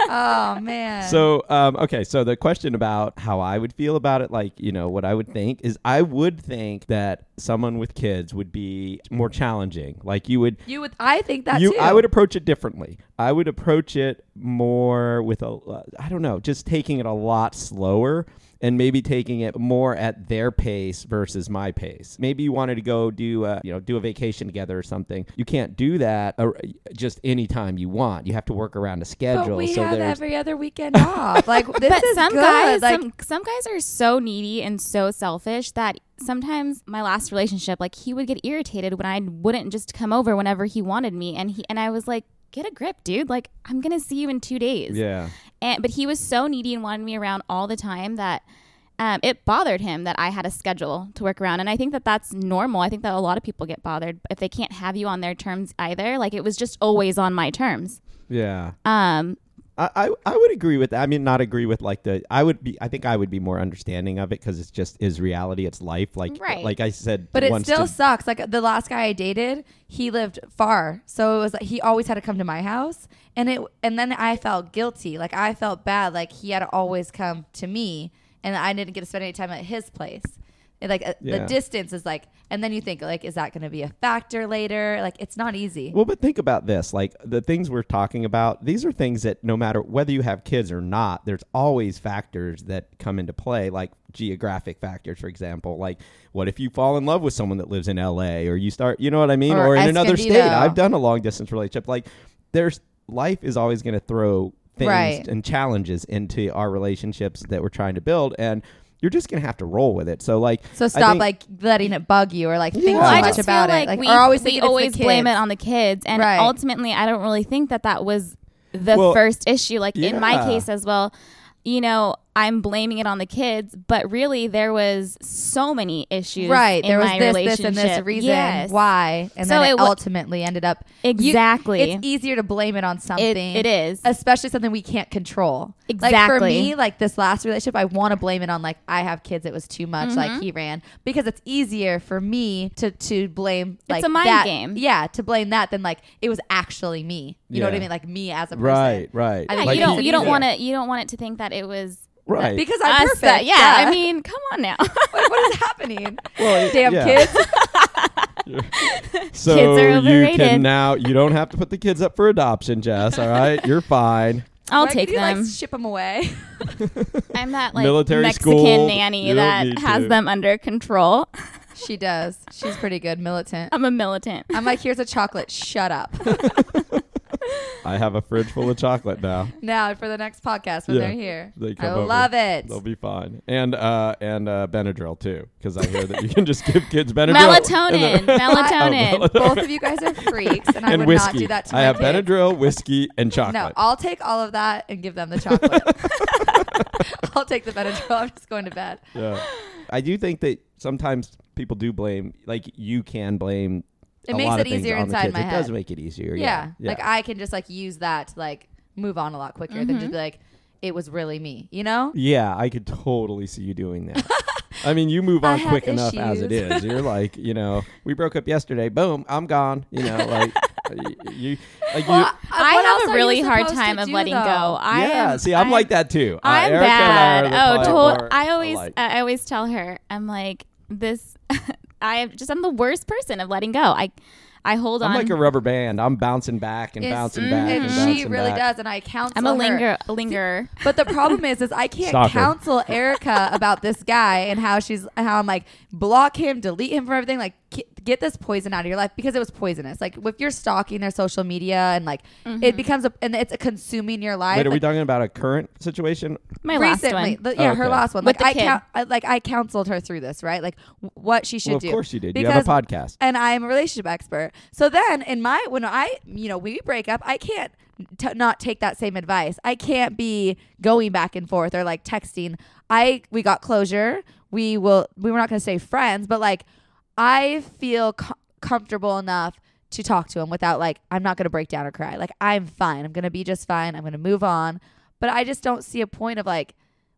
Speaker 1: Oh man.
Speaker 2: So, um, okay. So the question about how I would feel about it, like you know, what I would think is, I would think that someone with kids would be more challenging. Like you would,
Speaker 1: you would, I think that
Speaker 2: you,
Speaker 1: too.
Speaker 2: I would approach it differently. I would approach it more with a, I don't know, just taking it a lot slower and maybe taking it more at their pace versus my pace. Maybe you wanted to go do a, you know, do a vacation together or something. You can't do that uh, just anytime you want. You have to work around a schedule.
Speaker 1: But we
Speaker 2: so
Speaker 1: have
Speaker 2: there's
Speaker 1: every other weekend off. Like this
Speaker 3: But
Speaker 1: is
Speaker 3: some
Speaker 1: good.
Speaker 3: guys,
Speaker 1: like
Speaker 3: some, some guys are so needy and so selfish that sometimes my last relationship, like he would get irritated when I wouldn't just come over whenever he wanted me, and he and I was like, "Get a grip, dude! Like I'm gonna see you in two days."
Speaker 2: yeah.
Speaker 3: And but he was so needy and wanted me around all the time that. Um, it bothered him that I had a schedule to work around. And I think that that's normal. I think that a lot of people get bothered if they can't have you on their terms either. Like it was just always on my terms.
Speaker 2: Yeah.
Speaker 3: Um,
Speaker 2: I, I, I would agree with that. I mean, not agree with like the. I would be. I think I would be more understanding of it because it's just is reality. It's life. Like
Speaker 3: Right.
Speaker 2: like I said.
Speaker 1: But it
Speaker 2: once
Speaker 1: still
Speaker 2: to-
Speaker 1: sucks. Like the last guy I dated, he lived far, so it was like he always had to come to my house, and it and then I felt guilty. Like I felt bad. Like he had to always come to me, and I didn't get to spend any time at his place. And, like uh,
Speaker 2: Yeah.
Speaker 1: the distance is like, and then you think like, is that going to be a factor later? Like it's not easy.
Speaker 2: Well, but think about this. Like the things we're talking about, these are things that no matter whether you have kids or not, there's always factors that come into play, like geographic factors, for example. Like, what if you fall in love with someone that lives in LA or you start, you know what I mean? Or,
Speaker 1: Or
Speaker 2: in another state.
Speaker 1: Escondido.
Speaker 2: I've done a long distance relationship. Like, there's life is always going to throw things
Speaker 1: Right.
Speaker 2: and challenges into our relationships that we're trying to build. And you're just going to have to roll with it. So, like, I
Speaker 1: so stop
Speaker 2: think-
Speaker 1: like letting it bug you or like think
Speaker 2: Well,
Speaker 1: too
Speaker 2: I
Speaker 1: much
Speaker 2: just
Speaker 1: about it. Like
Speaker 3: we
Speaker 1: or always
Speaker 3: we
Speaker 1: thinking it's the
Speaker 3: always blame it
Speaker 1: kids.
Speaker 3: on the kids, and
Speaker 1: Right.
Speaker 3: ultimately, I don't really think that that was the
Speaker 2: Well,
Speaker 3: first issue. Like in my
Speaker 2: yeah.
Speaker 3: case as well, you know, I'm blaming it on the kids, but really there was so many issues.
Speaker 1: Right.
Speaker 3: in
Speaker 1: There was
Speaker 3: my
Speaker 1: this, this, and this
Speaker 3: relationship.
Speaker 1: reason
Speaker 3: Yes.
Speaker 1: why. And
Speaker 3: So
Speaker 1: then it,
Speaker 3: it wa-
Speaker 1: ultimately ended up. You-
Speaker 3: Exactly.
Speaker 1: it's easier to blame it on
Speaker 3: It,
Speaker 1: something.
Speaker 3: it is.
Speaker 1: Especially something we can't control. Like for
Speaker 3: Exactly.
Speaker 1: me, like this last relationship, I want to blame it on like I have kids. It was too much.
Speaker 3: Mm-hmm.
Speaker 1: Like he ran because it's easier for me to to blame. Like
Speaker 3: a mind
Speaker 1: that-
Speaker 3: game.
Speaker 1: Yeah, to blame that than like it was actually me. You know what I
Speaker 2: Yeah.
Speaker 1: mean? Like me as a person.
Speaker 2: Right, right.
Speaker 1: I
Speaker 3: Yeah,
Speaker 1: think
Speaker 2: Like,
Speaker 3: you don't.
Speaker 1: he-
Speaker 3: You don't
Speaker 1: yeah.
Speaker 3: want to. You don't want it to think that it was
Speaker 2: Right.
Speaker 1: Because I'm
Speaker 3: us.
Speaker 1: perfect.
Speaker 3: That, yeah, I mean, come on now.
Speaker 1: Like, what is happening?
Speaker 2: Well,
Speaker 1: Damn
Speaker 2: yeah.
Speaker 1: kids.
Speaker 2: So
Speaker 3: Kids are
Speaker 2: you
Speaker 3: overrated.
Speaker 2: can now you don't have to put the kids up for adoption, Jess. All right, you're fine.
Speaker 3: I'll
Speaker 1: Like,
Speaker 3: take
Speaker 1: you,
Speaker 3: them.
Speaker 1: Like, ship them away.
Speaker 3: I'm that like
Speaker 2: Military
Speaker 3: Mexican
Speaker 2: school,
Speaker 3: nanny
Speaker 2: you don't
Speaker 3: that
Speaker 2: need
Speaker 3: has
Speaker 2: to.
Speaker 3: them under control.
Speaker 1: she does. She's pretty good, militant.
Speaker 3: I'm a militant.
Speaker 1: I'm like, here's a chocolate. Shut up.
Speaker 2: I have a fridge full of chocolate now.
Speaker 1: now for the next podcast when
Speaker 2: Yeah.
Speaker 1: they're here.
Speaker 2: They
Speaker 1: I
Speaker 2: come over.
Speaker 1: love it.
Speaker 2: They'll be fine. And uh and uh Benadryl too, because I hear that you can just give kids Benadryl.
Speaker 3: Melatonin. Melatonin.
Speaker 1: Both of you guys are freaks, and I
Speaker 2: and
Speaker 1: would
Speaker 2: whiskey.
Speaker 1: not do that to
Speaker 2: I
Speaker 1: my
Speaker 2: have
Speaker 1: kids.
Speaker 2: Benadryl, whiskey, and
Speaker 1: No,
Speaker 2: chocolate.
Speaker 1: I'll take all of that and give them the chocolate. I'll take the Benadryl. I'm just going to bed.
Speaker 2: yeah. I do think that sometimes people do blame like you can blame
Speaker 1: It
Speaker 2: a
Speaker 1: makes
Speaker 2: lot
Speaker 1: it
Speaker 2: of things
Speaker 1: easier
Speaker 2: on the
Speaker 1: inside
Speaker 2: kids.
Speaker 1: my
Speaker 2: It does
Speaker 1: head.
Speaker 2: make it easier.
Speaker 1: Yeah.
Speaker 2: Yeah.
Speaker 1: Like I can just like use that to like move on a lot quicker than
Speaker 3: Mm-hmm.
Speaker 1: just be like, it was really me, you know?
Speaker 2: Yeah, I could totally see you doing that. I mean, you move
Speaker 1: I
Speaker 2: on
Speaker 1: have
Speaker 2: quick enough as it
Speaker 1: issues.
Speaker 2: is. You're like, you know, we broke up yesterday. Boom, I'm gone. You know, like y- you, like you.
Speaker 1: Uh,
Speaker 3: I have a really hard time of letting go. I
Speaker 2: yeah,
Speaker 3: am,
Speaker 2: see, I'm
Speaker 3: I
Speaker 2: like
Speaker 3: am-
Speaker 2: that too. Uh,
Speaker 3: I'm
Speaker 2: Erica
Speaker 3: bad.
Speaker 2: and I are
Speaker 3: Oh,
Speaker 2: the
Speaker 3: tol-
Speaker 2: polar
Speaker 3: I always
Speaker 2: alike.
Speaker 3: I always tell her I'm like this. I am just I'm the worst person of letting go. I I hold
Speaker 2: I'm
Speaker 3: on.
Speaker 2: like
Speaker 3: mm-hmm.
Speaker 2: a rubber band. I'm bouncing back and bouncing back and, bouncing
Speaker 1: she really
Speaker 2: back.
Speaker 1: does, and I counsel.
Speaker 3: I'm a
Speaker 1: her.
Speaker 3: linger a lingerer.
Speaker 1: But the problem is, is I can't
Speaker 2: Stalker.
Speaker 1: counsel Erica about this guy and how she's how I'm like block him, delete him from everything, like ki- get this poison out of your life because it was poisonous. Like if you're stalking their social media and like
Speaker 3: Mm-hmm.
Speaker 1: it becomes a, and it's consuming your life.
Speaker 2: Wait, are we
Speaker 1: like,
Speaker 2: talking about a current situation?
Speaker 3: My last
Speaker 1: recently,
Speaker 3: one.
Speaker 1: the- yeah,
Speaker 2: Oh,
Speaker 1: her
Speaker 2: okay.
Speaker 1: last one.
Speaker 3: With
Speaker 1: Like
Speaker 3: the
Speaker 1: I,
Speaker 3: kid.
Speaker 1: coun- I like I counseled her through this, right? Like w- what she should
Speaker 2: Well, of
Speaker 1: do.
Speaker 2: course you did. You have a
Speaker 1: Because-
Speaker 2: podcast.
Speaker 1: and I'm a relationship expert. So then, in my when I you know we break up, I can't t- not take that same advice. I can't be going back and forth or like texting. I we got closure. We will. We were not going to stay friends, but like I feel co- comfortable enough to talk to him without like I'm not going to break down or cry. Like I'm fine. I'm going to be just fine. I'm going to move on. But I just don't see a point of like.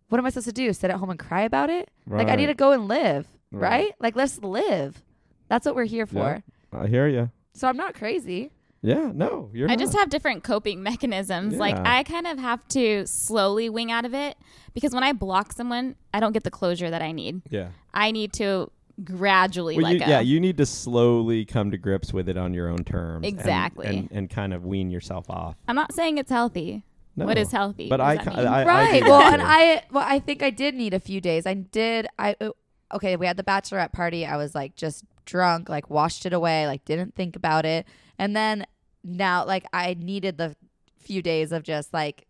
Speaker 1: What am I supposed to do? Sit at home and cry about it? Like I need
Speaker 2: Right.
Speaker 1: to go and live,
Speaker 2: Right.
Speaker 1: right? Like let's live. That's what we're here for.
Speaker 2: Yeah. I hear you.
Speaker 1: So I'm not crazy.
Speaker 2: Yeah, no, you're.
Speaker 3: I
Speaker 2: not.
Speaker 3: just have different coping mechanisms. Like
Speaker 2: Yeah.
Speaker 3: I kind of have to slowly wing out of it because when I block someone, I don't get the closure that I need.
Speaker 2: Yeah.
Speaker 3: I need to gradually
Speaker 2: Well,
Speaker 3: let
Speaker 2: you,
Speaker 3: go.
Speaker 2: yeah, you need to slowly come to grips with it on your own terms. and-
Speaker 3: Exactly.
Speaker 2: And, and, kind of wean yourself off.
Speaker 3: I'm not saying it's healthy.
Speaker 2: No.
Speaker 3: What is healthy?
Speaker 2: But
Speaker 3: What
Speaker 2: I,
Speaker 3: does that
Speaker 2: ki-
Speaker 3: mean?
Speaker 2: I, I
Speaker 1: right.
Speaker 2: do
Speaker 1: well,
Speaker 2: that
Speaker 1: and
Speaker 2: too.
Speaker 1: I well, I think I did need a few days. I did. I uh, okay. We had the bachelorette party. I was like just drunk, like washed it away, like didn't think about it. And then now, like I needed the few days of just like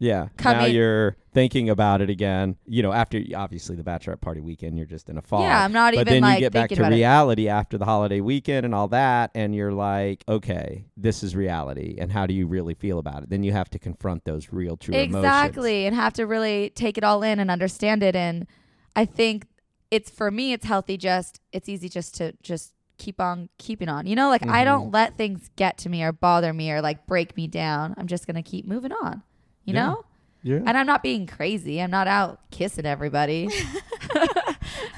Speaker 2: Yeah.
Speaker 1: come
Speaker 2: now
Speaker 1: in-
Speaker 2: you're thinking about it again. You know, after obviously the bachelorette party weekend, you're just in a fog.
Speaker 1: Yeah, I'm not
Speaker 2: but
Speaker 1: even,
Speaker 2: then
Speaker 1: like,
Speaker 2: you get back
Speaker 1: thinking
Speaker 2: to
Speaker 1: about it.
Speaker 2: reality after the holiday weekend and all that, and you're like, okay, this is reality, and how do you really feel about it? Then you have to confront those real, true emotions.
Speaker 1: exactly and have to really take it all in and understand it. And I think it's for me, it's healthy. Just it's easy just to just keep on keeping on. You know, like I don't
Speaker 2: Mm-hmm.
Speaker 1: let things get to me or bother me or like break me down. I'm just gonna keep moving on. You
Speaker 2: Yeah.
Speaker 1: know.
Speaker 2: Yeah.
Speaker 1: And I'm not being crazy. I'm not out kissing everybody.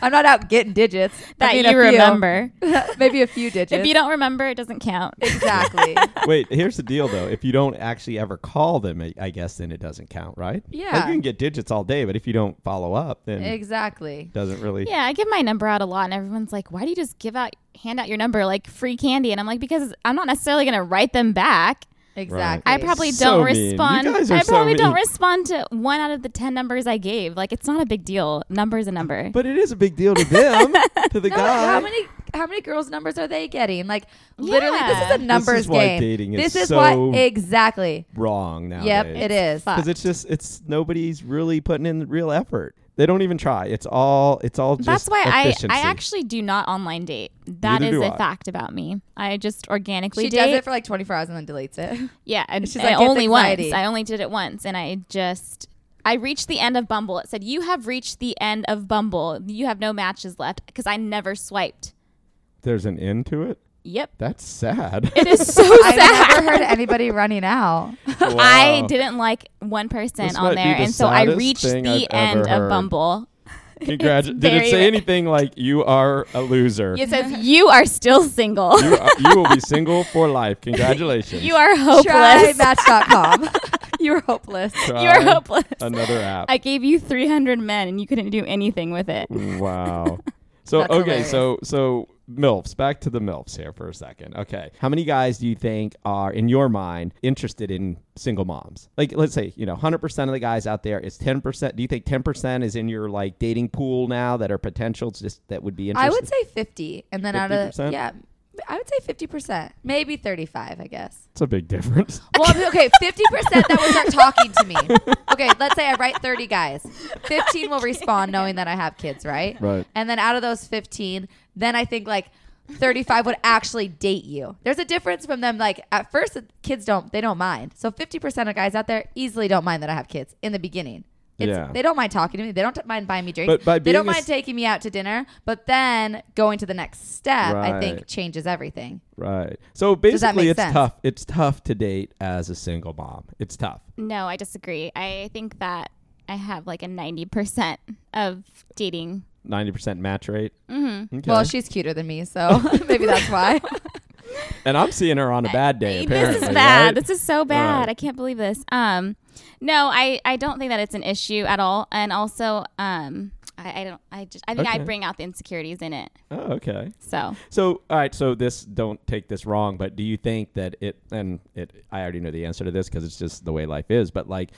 Speaker 1: I'm not out getting digits I
Speaker 3: that
Speaker 1: mean, a
Speaker 3: you
Speaker 1: few.
Speaker 3: remember.
Speaker 1: Maybe a few digits.
Speaker 3: If you don't remember, it doesn't count.
Speaker 1: exactly.
Speaker 2: Wait, here's the deal though. If you don't actually ever call them, I- I guess then it doesn't count, right? Like
Speaker 1: Yeah.
Speaker 2: you can get digits all day, but if you don't follow up, then it
Speaker 1: exactly.
Speaker 2: doesn't really.
Speaker 3: Yeah, I give my number out a lot, and everyone's like, "Why do you just give out hand out your number like free candy?" And I'm like, "Because I'm not necessarily going to write them back.
Speaker 1: Exactly.
Speaker 3: I probably
Speaker 2: So
Speaker 3: don't
Speaker 2: mean. You
Speaker 3: respond.
Speaker 2: guys are
Speaker 3: I
Speaker 2: so
Speaker 3: probably don't
Speaker 2: mean.
Speaker 3: respond to one out of the ten numbers I gave. Like, it's not a big deal. Number's a number.
Speaker 2: But it is a big deal to them, to the
Speaker 1: No,
Speaker 2: guy.
Speaker 1: how many how many girls' numbers are they getting? Like literally, this
Speaker 3: Yeah.
Speaker 1: is a numbers
Speaker 2: why
Speaker 1: game.
Speaker 2: dating is
Speaker 1: this is
Speaker 2: so
Speaker 1: why exactly.
Speaker 2: Wrong now.
Speaker 1: Yep, it is.
Speaker 2: because it's just it's nobody's really putting in real effort. They don't even try. It's all it's all just
Speaker 3: That's why I,
Speaker 2: efficiency.
Speaker 3: I actually do not online date. That
Speaker 2: Neither
Speaker 3: is
Speaker 2: do
Speaker 3: a
Speaker 2: I.
Speaker 3: fact about me. I just organically
Speaker 1: She
Speaker 3: date.
Speaker 1: does it for like 24 hours and then deletes it.
Speaker 3: Yeah, and
Speaker 1: She's
Speaker 3: I
Speaker 1: like, "It's
Speaker 3: only
Speaker 1: anxiety."
Speaker 3: once. I only did it once, and I just I reached the end of Bumble. It said you have reached the end of Bumble. You have no matches left because I never swiped.
Speaker 2: there's an end to it.
Speaker 3: Yep,
Speaker 2: That's sad.
Speaker 3: it is so
Speaker 1: I've
Speaker 3: sad.
Speaker 1: never heard anybody running out.
Speaker 3: I
Speaker 2: Wow.
Speaker 3: didn't like one person
Speaker 2: This might
Speaker 3: on
Speaker 2: be
Speaker 3: there,
Speaker 2: the
Speaker 3: and so I
Speaker 2: saddest
Speaker 3: reached
Speaker 2: thing I've
Speaker 3: the end
Speaker 2: ever heard.
Speaker 3: of Bumble.
Speaker 2: Congrats. Did it
Speaker 3: very
Speaker 2: say
Speaker 3: ra-
Speaker 2: anything like you are a loser?
Speaker 3: It says you are still single.
Speaker 2: You, are, you will be single for life. Congratulations.
Speaker 3: you are
Speaker 1: Try
Speaker 3: hopeless.
Speaker 1: Match.com. You're hopeless.
Speaker 2: Try
Speaker 3: You are hopeless.
Speaker 2: Another app.
Speaker 3: I gave you 300 men, and you couldn't do anything with it.
Speaker 2: wow. So
Speaker 1: That's
Speaker 2: okay,
Speaker 1: hilarious.
Speaker 2: so so MILFs. Back to the MILFs here for a second. Okay. How many guys do you think are, in your mind, interested in single moms? Like, let's say, you know, 100% of the guys out there is 10%. Do you think 10% is in your like dating pool now that are potential just that would be interested?
Speaker 1: I would say 50. And then out of,
Speaker 2: 50%?
Speaker 1: yeah, I would say 50%, maybe 35, I guess.
Speaker 2: It's a big difference.
Speaker 1: Well, I mean, okay, 50% that will start talking to me. Okay, let's say I write 30 guys. 15 will respond knowing that I have kids, right?
Speaker 2: Right.
Speaker 1: And then out of those 15, then I think like 35 would actually date you. There's a difference from them. Like at first, kids don't, they don't mind. So 50% of guys out there easily don't mind that I have kids in the beginning. It's,
Speaker 2: Yeah.
Speaker 1: They don't mind talking to me. They don't t- mind buying me drinks.
Speaker 2: But by
Speaker 1: they don't
Speaker 2: being a
Speaker 1: mind
Speaker 2: s-
Speaker 1: taking me out to dinner. But then going to the next step, I think,
Speaker 2: Right.
Speaker 1: changes everything.
Speaker 2: Right. So
Speaker 1: that
Speaker 2: basically,
Speaker 1: make
Speaker 2: it's
Speaker 1: sense?
Speaker 2: tough. It's tough to date as a single mom. It's tough.
Speaker 3: No, I disagree. I think that I have like a 90% of dating.
Speaker 2: 90% match rate. Mm-hmm. Okay.
Speaker 1: Well, she's cuter than me, so maybe that's why.
Speaker 2: and I'm seeing her on a bad day.
Speaker 3: This
Speaker 2: Apparently,
Speaker 3: is bad.
Speaker 2: right?
Speaker 3: This is so bad.
Speaker 2: Right.
Speaker 3: I can't believe this. Um, no, I, I don't think that it's an issue at all. And also, um, I, I don't. I just. I think I
Speaker 2: Okay.
Speaker 3: bring out the insecurities in it.
Speaker 2: Oh, okay.
Speaker 3: So
Speaker 2: So, all right. So, this don't take this wrong, but do you think that it and it? I already know the answer to this because it's just the way life is. But like,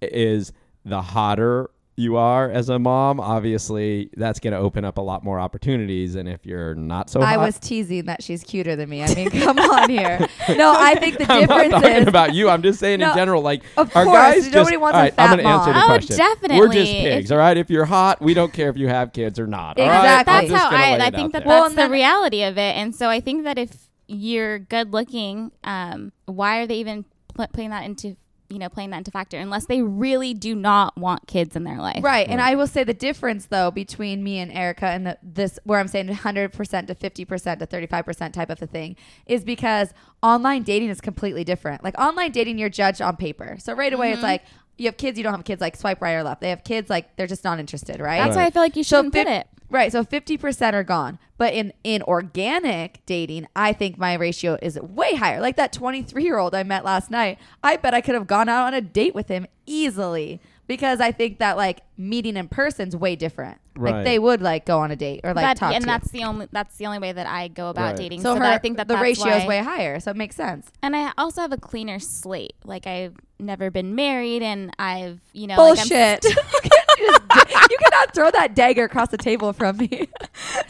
Speaker 2: is the hotter you are as a mom, obviously that's going to open up a lot more opportunities. And if you're not so,
Speaker 1: I
Speaker 2: hot,
Speaker 1: was teasing that she's cuter than me. I mean, come on here. No, I think the
Speaker 2: I'm not
Speaker 1: difference
Speaker 2: talking
Speaker 1: is
Speaker 2: about you. I'm just saying
Speaker 1: No,
Speaker 2: in general, like
Speaker 1: of
Speaker 2: are
Speaker 1: course,
Speaker 2: guys
Speaker 1: nobody
Speaker 2: just,
Speaker 1: wants a
Speaker 2: all right,
Speaker 1: fat
Speaker 2: I'm gonna answer
Speaker 1: mom.
Speaker 2: the
Speaker 3: Oh,
Speaker 2: question. We're just
Speaker 3: definitely.
Speaker 2: pigs, all right? If you're hot, we don't care if you have kids or not. all right? I'm
Speaker 1: Exactly.
Speaker 3: that's
Speaker 2: just
Speaker 3: how
Speaker 2: gonna
Speaker 3: I.
Speaker 2: lay
Speaker 3: I
Speaker 2: it out
Speaker 3: think that
Speaker 2: there.
Speaker 1: Well,
Speaker 3: that's
Speaker 1: and
Speaker 3: the
Speaker 1: then-
Speaker 3: reality of it. And so I think that if you're good looking, um, why are they even pl- playing that into you know playing that into factor unless they really do not want kids in their life?
Speaker 1: right. And I will say the difference though between me and Erica and the, this where I'm saying 100% to 50% to 35% type of a thing is because online dating is completely different. Like online dating you're judged on paper. So right away it's
Speaker 2: Mm-hmm.
Speaker 1: like you have kids, you don't have kids, like swipe right or left. They have kids, like they're just not interested, right?
Speaker 3: That's why I feel like you shouldn't put
Speaker 1: fif-
Speaker 3: it.
Speaker 1: Right, so 50% are gone. But in in organic dating, I think my ratio is way higher. Like that 23-year-old I met last night, I bet I could have gone out on a date with him easily because I think that like meeting in person's way different.
Speaker 2: Right.
Speaker 1: Like they would like go on a date or like
Speaker 3: That-
Speaker 1: talk
Speaker 3: and
Speaker 1: to
Speaker 3: that's the only that's the only way that I go about
Speaker 2: Right.
Speaker 3: dating.
Speaker 1: you.
Speaker 3: So,
Speaker 1: so, her,
Speaker 3: that I think that
Speaker 1: the
Speaker 3: that's
Speaker 1: ratio
Speaker 3: why,
Speaker 1: is way higher, so it makes sense.
Speaker 3: And I also have a cleaner slate. Like I've never been married, and I've you know like, I'm
Speaker 1: Bullshit. you, just- you cannot throw that dagger across the table from me.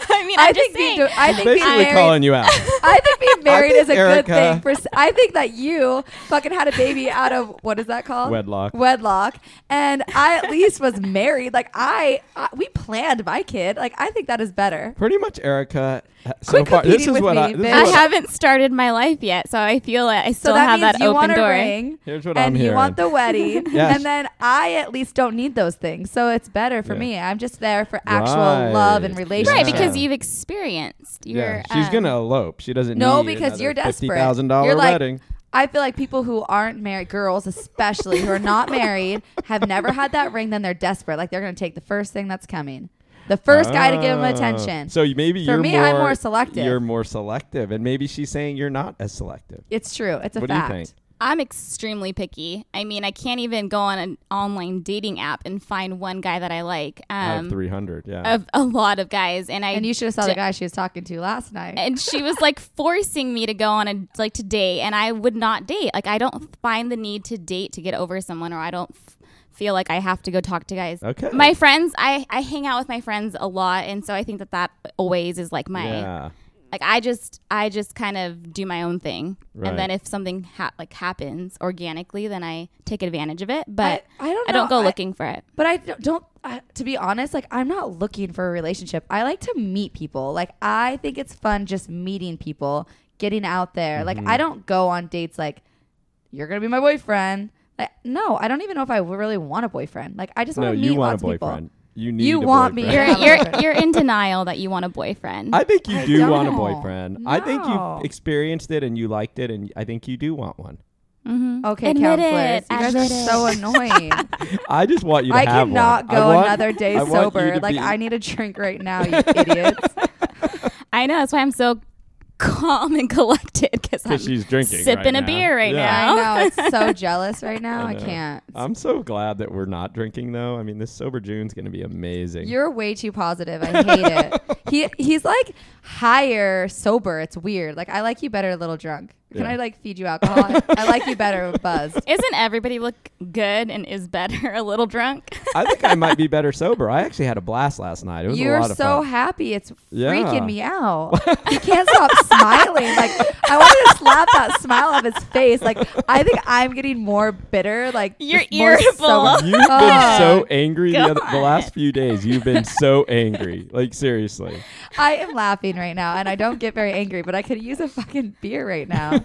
Speaker 3: I mean, I'm
Speaker 1: I
Speaker 3: just
Speaker 1: think
Speaker 3: saying.
Speaker 1: being, I think being
Speaker 2: Basically,
Speaker 1: married-
Speaker 2: calling you out.
Speaker 1: I think being married
Speaker 2: think
Speaker 1: is a
Speaker 2: Erica-
Speaker 1: good thing. For s- I think that you fucking had a baby out of what is that called?
Speaker 2: Wedlock.
Speaker 1: Wedlock, and I at least was married. Like I, I we planned my kid. Like I think that is better.
Speaker 2: Pretty much, Erica. uh, So
Speaker 1: Quit
Speaker 2: far, this
Speaker 1: competing
Speaker 2: is
Speaker 1: with
Speaker 2: what I.
Speaker 1: me,
Speaker 2: This is
Speaker 1: bitch.
Speaker 3: I
Speaker 2: what I-
Speaker 3: haven't started my life yet, so I feel like I
Speaker 1: So
Speaker 3: still
Speaker 1: that
Speaker 3: have
Speaker 1: means
Speaker 3: that
Speaker 1: you
Speaker 3: open
Speaker 1: want a
Speaker 3: door.
Speaker 1: ring,
Speaker 2: Here's what I'm
Speaker 1: and you
Speaker 2: hearing.
Speaker 1: want the wedding,
Speaker 2: Yes.
Speaker 1: and then I at least don't need those things. So it's better for
Speaker 2: Yeah.
Speaker 1: me. I'm just there for actual
Speaker 2: Right.
Speaker 1: love and
Speaker 2: Right,
Speaker 1: relationship.
Speaker 3: Right,
Speaker 2: Yeah.
Speaker 3: because you've experienced your.
Speaker 2: Yeah, she's
Speaker 3: um,
Speaker 2: gonna elope. She doesn't.
Speaker 1: No,
Speaker 2: need
Speaker 1: because you're desperate.
Speaker 2: Fifty thousand dollar
Speaker 1: You're like-
Speaker 2: wedding.
Speaker 1: I feel like people who aren't married, girls especially, who are not married, have never had that ring, then they're desperate. Like they're going to take the first thing that's coming. The first guy to give them
Speaker 2: Ah.
Speaker 1: attention.
Speaker 2: So you- maybe
Speaker 1: For
Speaker 2: you're
Speaker 1: me,
Speaker 2: more,
Speaker 1: I'm more selective.
Speaker 2: You're more selective, and maybe she's saying you're not as selective.
Speaker 1: it's true. It's a
Speaker 2: What do you
Speaker 1: fact.
Speaker 2: think?
Speaker 3: I'm extremely picky. I mean, I can't even go on an online dating app and find one guy that I like.
Speaker 2: Out of
Speaker 3: Um,
Speaker 2: three hundred, yeah.
Speaker 3: of a lot of guys, and I
Speaker 1: And you should have saw the
Speaker 3: d-
Speaker 1: guy she was talking to last night.
Speaker 3: and she was like forcing me to go on a like to date and i would not date like i don't find the need to date to get over someone or i don't f- feel like i have to go talk to guys
Speaker 2: Okay.
Speaker 3: my friends i i hang out with my friends a lot and so i think that that always is like my
Speaker 2: yeah.
Speaker 3: like i just i just kind of do my own thing
Speaker 2: Right.
Speaker 3: and then if something ha- like happens organically then i take advantage of it
Speaker 1: I,
Speaker 3: but
Speaker 1: I don't.
Speaker 3: I don't
Speaker 1: know.
Speaker 3: go looking for it.
Speaker 1: But I don't, don't I, to be honest, like I'm not looking for a relationship. I like to meet people. Like I think it's fun just meeting people, getting out there. Like
Speaker 2: Mm-hmm.
Speaker 1: I don't go on dates like you're going to be my boyfriend. Like no, I don't even know if I w- really want a boyfriend. Like I just
Speaker 2: No,
Speaker 1: want to meet
Speaker 2: you want a
Speaker 1: lots of people.
Speaker 2: boyfriend. You need.
Speaker 1: You
Speaker 2: a
Speaker 1: want me.
Speaker 2: boyfriend.
Speaker 3: You're
Speaker 1: Yeah.
Speaker 3: you're you're in denial that you want a boyfriend.
Speaker 2: I think you
Speaker 1: I
Speaker 2: do want a
Speaker 1: don't.
Speaker 2: boyfriend. I think
Speaker 1: No.
Speaker 2: you've experienced it and you liked it, and I think you do want one.
Speaker 3: Mm-hmm.
Speaker 1: Okay,
Speaker 3: Admit
Speaker 1: counselors,
Speaker 3: it.
Speaker 1: you guys are
Speaker 3: Admit it.
Speaker 1: so annoying.
Speaker 2: I just want you to
Speaker 1: I
Speaker 2: have
Speaker 1: cannot
Speaker 2: one. I
Speaker 1: go
Speaker 2: want-
Speaker 1: another day
Speaker 2: I want you
Speaker 1: sober.
Speaker 2: to
Speaker 1: Like
Speaker 2: be-
Speaker 1: I need a drink right now, you idiots.
Speaker 3: I know that's why I'm so calm and collected because I'm
Speaker 4: Because she's drinking. right
Speaker 3: sipping a
Speaker 4: now.
Speaker 3: beer right
Speaker 4: Yeah.
Speaker 3: now.
Speaker 1: I know. It's so jealous right now. I,
Speaker 2: I know.
Speaker 1: can't.
Speaker 2: I'm so glad that we're not drinking though. I mean, this sober June's going to be amazing.
Speaker 1: You're way too positive. I hate it. He he's like higher sober. It's weird. Like I like you better a little drunk. Can
Speaker 2: Yeah.
Speaker 1: I like feed you alcohol? I- I like you better buzzed.
Speaker 3: Isn't everybody look good and is better a little drunk?
Speaker 2: I think I might be better sober. I actually had a blast last night. It was a
Speaker 1: You're
Speaker 2: lot
Speaker 1: so
Speaker 2: of fun.
Speaker 1: happy. It's
Speaker 2: Yeah.
Speaker 1: freaking me out. he can't stop smiling. Like I wanted to slap that smile off his face. Like I think I'm getting more bitter. Like
Speaker 3: You're
Speaker 1: just more
Speaker 3: irritable.
Speaker 1: sober.
Speaker 2: You've been
Speaker 1: Oh.
Speaker 2: so angry the, other, the
Speaker 3: God.
Speaker 2: last few days. You've been so angry. Like seriously.
Speaker 1: I am laughing right now, and I don't get very angry, but I could use a fucking beer right now.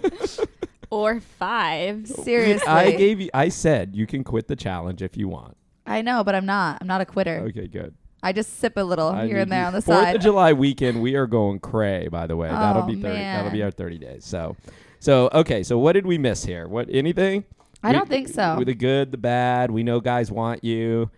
Speaker 3: or five?
Speaker 1: Seriously,
Speaker 2: I gave you I said you can quit the challenge if you want.
Speaker 1: I know, but I'm not. I'm not a quitter.
Speaker 2: Okay, good.
Speaker 1: I just sip a little
Speaker 2: I
Speaker 1: here
Speaker 2: need
Speaker 1: and there
Speaker 2: you-
Speaker 1: on the
Speaker 2: Fourth
Speaker 1: side.
Speaker 2: of July weekend, we are going cray. By the way, that'll
Speaker 1: Oh,
Speaker 2: be 30, that'll be
Speaker 1: man.
Speaker 2: our thirty days. So, so okay. So what did we miss here? What anything?
Speaker 1: I
Speaker 2: We-
Speaker 1: don't think so.
Speaker 2: we- The good, the bad. We know guys want you.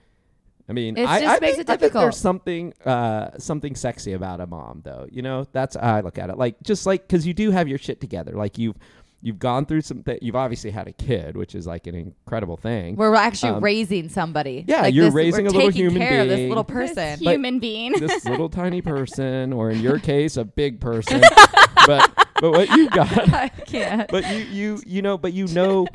Speaker 2: I mean,
Speaker 1: It's
Speaker 2: I,
Speaker 1: just
Speaker 2: I
Speaker 1: makes
Speaker 2: think,
Speaker 1: it
Speaker 2: I think
Speaker 1: difficult.
Speaker 2: there's something, uh, something sexy about a mom, though. You know, that's how I look at it. Like just like because you do have your shit together. Like you've you've gone through some. Th- you've obviously had a kid, which is like an incredible thing.
Speaker 1: we're actually
Speaker 2: Um,
Speaker 1: raising somebody.
Speaker 2: yeah, you're
Speaker 1: this-
Speaker 2: raising
Speaker 1: we're
Speaker 2: a little
Speaker 1: taking
Speaker 2: human
Speaker 1: care of
Speaker 2: being.
Speaker 1: this little
Speaker 2: This
Speaker 1: person.
Speaker 3: This human being.
Speaker 2: this little tiny person, or in your case, a big person. but but what you got,
Speaker 1: I can't.
Speaker 2: but you you you know, but you know,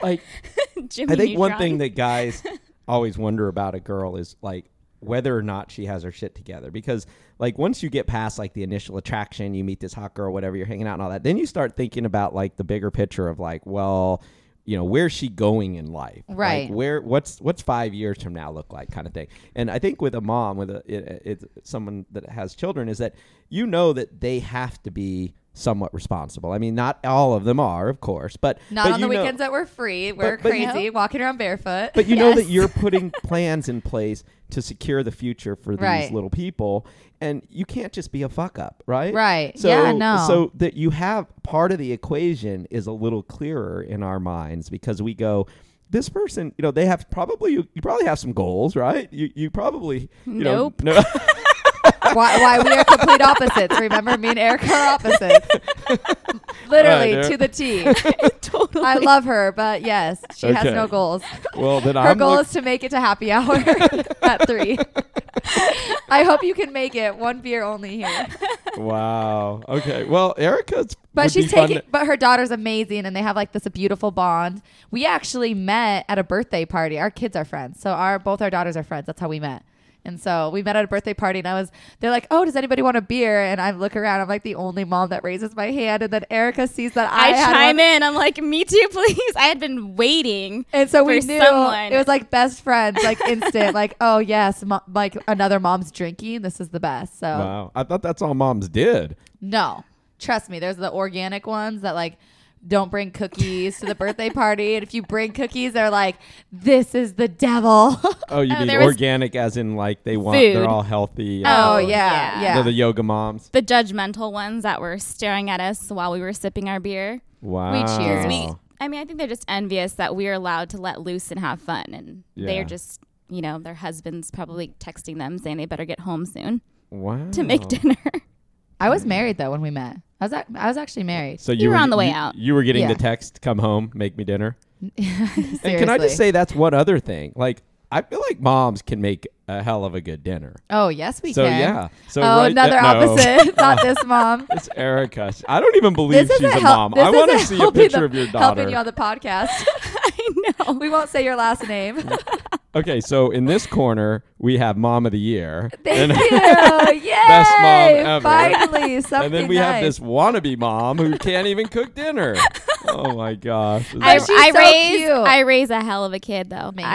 Speaker 2: like
Speaker 3: Jimmy
Speaker 2: I think one
Speaker 3: Neutron.
Speaker 2: thing that guys always wonder about a girl is like whether or not she has her shit together because like once you get past like the initial attraction you meet this hot girl whatever you're hanging out and all that then you start thinking about like the bigger picture of like well you know where's she going in life Like,
Speaker 1: Right.
Speaker 2: where what's what's five years from now look like kind of thing and i think with a mom with a it, it's someone that has children is that you know that they have to be somewhat responsible i mean not all of them are of course but
Speaker 1: Not
Speaker 2: but
Speaker 1: on the
Speaker 2: you know-
Speaker 1: weekends that we're free. We're
Speaker 2: but you-
Speaker 1: crazy, walking around barefoot.
Speaker 2: but you know that
Speaker 3: Yes.
Speaker 2: you're putting plans in place to secure the future for these
Speaker 1: Right.
Speaker 2: little people, and you can't just be a fuck up, right?
Speaker 1: Right.
Speaker 2: So,
Speaker 1: Yeah, no.
Speaker 2: So that you have part of the equation is a little clearer in our minds because we go. This person, you know, they have probably you, you probably have some goals, right? You you probably you
Speaker 3: Nope.
Speaker 2: know no,
Speaker 1: why, why we are complete opposites. Remember, me and Erica are opposites. Literally
Speaker 2: Right,
Speaker 1: to the T.
Speaker 3: totally.
Speaker 1: I love her, but yes, she has
Speaker 2: Okay.
Speaker 1: no goals.
Speaker 2: well then
Speaker 1: Her
Speaker 2: I'm
Speaker 1: goal
Speaker 2: look-
Speaker 1: is to make it to happy hour at three. I hope you can make it. One beer only here.
Speaker 2: wow okay well Erica's
Speaker 1: But
Speaker 2: would be
Speaker 1: she's
Speaker 2: fun
Speaker 1: taking.
Speaker 2: to-
Speaker 1: But her daughter's amazing, and they have like this beautiful bond. We actually met at a birthday party. Our kids are friends, so our both our daughters are friends. That's how we met. And so we met at a birthday party, and I was. They're like, "Oh, does anybody want a beer?" And I look around. I'm like the only mom that raises my hand, and then Erica sees that I,
Speaker 3: I,
Speaker 1: had
Speaker 3: chime
Speaker 1: one.
Speaker 3: in. I'm like, me too, please. I had been waiting.
Speaker 1: And so we
Speaker 3: for
Speaker 1: knew
Speaker 3: someone.
Speaker 1: it was like best friends, like instant, like oh yes, mo- like another mom's drinking. This is the best. So
Speaker 2: wow I thought that's all moms did
Speaker 1: No. Trust me, there's the organic ones that like don't bring cookies to the birthday party. And if you bring cookies, they're like, this is the devil.
Speaker 2: oh you
Speaker 1: Uh,
Speaker 3: Oh,
Speaker 2: mean
Speaker 3: there was
Speaker 2: organic as in like they want
Speaker 3: food.
Speaker 2: they're all healthy
Speaker 1: oh,
Speaker 3: Oh,
Speaker 1: yeah.
Speaker 3: yeah.
Speaker 1: Yeah.
Speaker 2: They're the yoga moms.
Speaker 3: The judgmental ones that were staring at us while we were sipping our beer.
Speaker 2: Oh. Wow.
Speaker 1: cheers.
Speaker 3: We, I mean, I think they're just envious that we are allowed to let loose and have fun, and
Speaker 2: Yeah.
Speaker 3: they're just, you know, their husbands probably texting them saying they better get home soon
Speaker 2: Wow.
Speaker 3: to make dinner.
Speaker 1: I was married though when we met. I was, ac I was actually married.
Speaker 2: So
Speaker 3: You were on the way out.
Speaker 2: You were getting
Speaker 1: Yeah.
Speaker 2: the text, "Come home, make me dinner."
Speaker 1: Seriously.
Speaker 2: And can I just say that's one other thing? Like, I feel like moms can make a hell of a good dinner.
Speaker 1: Oh, yes, we
Speaker 2: so
Speaker 1: can.
Speaker 2: yeah. So
Speaker 1: oh,
Speaker 2: right-
Speaker 1: another
Speaker 2: uh, no.
Speaker 1: opposite. Not this mom.
Speaker 2: It's Erica. I don't even believe
Speaker 1: This
Speaker 2: she's
Speaker 1: isn't,
Speaker 2: a
Speaker 1: hel-
Speaker 2: mom.
Speaker 1: this
Speaker 2: I want to
Speaker 1: isn't
Speaker 2: see a
Speaker 1: helping
Speaker 2: picture
Speaker 1: the-
Speaker 2: of your
Speaker 1: Helping you
Speaker 2: daughter.
Speaker 1: on the podcast.
Speaker 3: I know.
Speaker 1: we won't say your last name.
Speaker 2: Okay, so in this corner we have Mom of the Year,
Speaker 1: Thank
Speaker 2: and,
Speaker 1: you. Yay.
Speaker 2: Best mom ever.
Speaker 1: Finally, something
Speaker 2: and then we
Speaker 1: nice.
Speaker 2: have this wannabe mom who can't even cook dinner. oh my gosh!
Speaker 3: I,
Speaker 1: she's
Speaker 3: I
Speaker 1: so
Speaker 3: raise
Speaker 1: cute.
Speaker 3: I raise a hell of a kid though.
Speaker 1: Amazing.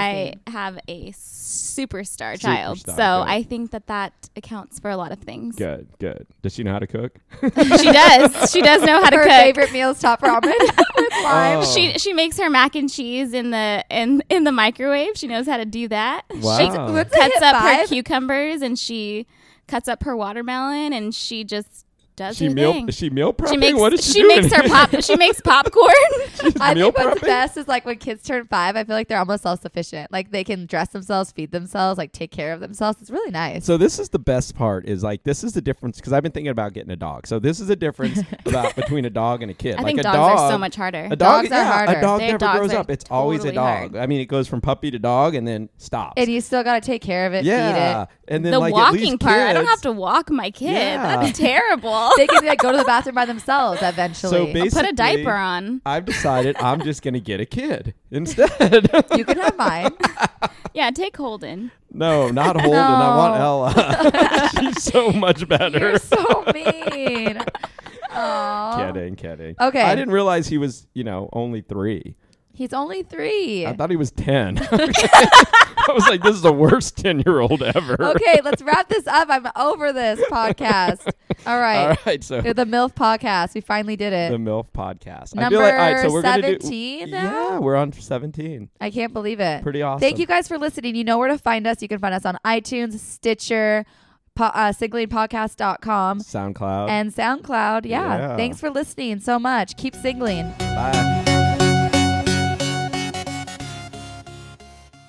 Speaker 3: I have a superstar, child, so
Speaker 2: Superstar, good.
Speaker 3: I think that that accounts for a lot of things.
Speaker 2: good, good. Does she know how to cook?
Speaker 3: She does. She does know how to
Speaker 1: Her
Speaker 3: cook.
Speaker 1: favorite meal is top ramen with lime.
Speaker 2: Oh.
Speaker 3: She she makes her mac and cheese in the in in the microwave. She knows how to do that.
Speaker 2: Wow.
Speaker 3: She
Speaker 2: Oh.
Speaker 1: What's a
Speaker 3: cuts
Speaker 1: hit
Speaker 3: up her
Speaker 1: five?
Speaker 3: cucumbers and she cuts up her watermelon and she just does
Speaker 2: She
Speaker 3: her
Speaker 2: meal
Speaker 3: thing.
Speaker 2: is she meal prepping?
Speaker 3: She makes
Speaker 2: what is she, doing?
Speaker 3: makes her
Speaker 2: here?
Speaker 3: pop she makes popcorn.
Speaker 1: I
Speaker 2: meal
Speaker 1: think what's
Speaker 2: prepping?
Speaker 1: best is like when kids turn five, I feel like they're almost self sufficient. Like they can dress themselves, feed themselves, like take care of themselves. It's really nice.
Speaker 2: So this is the best part is like this is the difference because I've been thinking about getting a dog. So this is the difference about between a dog and a kid.
Speaker 3: I
Speaker 2: like
Speaker 3: think
Speaker 2: a
Speaker 3: dogs
Speaker 2: dog,
Speaker 3: are so much harder.
Speaker 2: A dog,
Speaker 1: Dogs are
Speaker 2: yeah,
Speaker 1: harder.
Speaker 2: A dog
Speaker 3: Their
Speaker 2: never
Speaker 3: dogs
Speaker 2: grows
Speaker 3: are
Speaker 2: up. It's always a
Speaker 3: totally
Speaker 2: dog.
Speaker 3: hard.
Speaker 2: I mean, it goes from puppy to dog and then stops.
Speaker 1: And you still got to take care of it,
Speaker 2: yeah,
Speaker 1: feed it.
Speaker 2: and then
Speaker 3: the
Speaker 2: like at
Speaker 3: walking
Speaker 2: least
Speaker 3: part, I don't
Speaker 2: kids-
Speaker 3: have to walk my kid.
Speaker 2: Yeah.
Speaker 3: That's terrible.
Speaker 1: They can like go to the bathroom by themselves
Speaker 2: So
Speaker 1: eventually.
Speaker 2: basically,
Speaker 3: Put a diaper on.
Speaker 2: I've decided I'm just gonna get a kid instead.
Speaker 1: you can have mine.
Speaker 3: Yeah, take Holden.
Speaker 2: no, not Holden. I want
Speaker 1: No.
Speaker 2: Ella. She's so much better.
Speaker 1: You're so mean. Aw.
Speaker 2: kidding, kidding.
Speaker 1: Oh. Okay.
Speaker 2: I didn't realize he was, you know, only three.
Speaker 1: He's only three.
Speaker 2: I thought he was 10. I was like, this is the worst 10 year old ever.
Speaker 1: Okay, let's wrap this up. I'm over this podcast. All
Speaker 2: All
Speaker 1: right.
Speaker 2: right. So
Speaker 1: The MILF podcast. We finally did it.
Speaker 2: the MILF podcast.
Speaker 1: Number
Speaker 2: gonna do-
Speaker 1: 17 now?
Speaker 2: Yeah, we're on 17.
Speaker 1: I can't believe it.
Speaker 2: Pretty awesome.
Speaker 1: Thank you guys for listening. You know where to find us. You can find us on iTunes, Stitcher, po- uh, singlingpodcast.com,
Speaker 2: SoundCloud.
Speaker 1: and SoundCloud. Yeah.
Speaker 2: Uh, Yeah.
Speaker 1: Thanks for listening so much. Keep singling.
Speaker 2: Bye.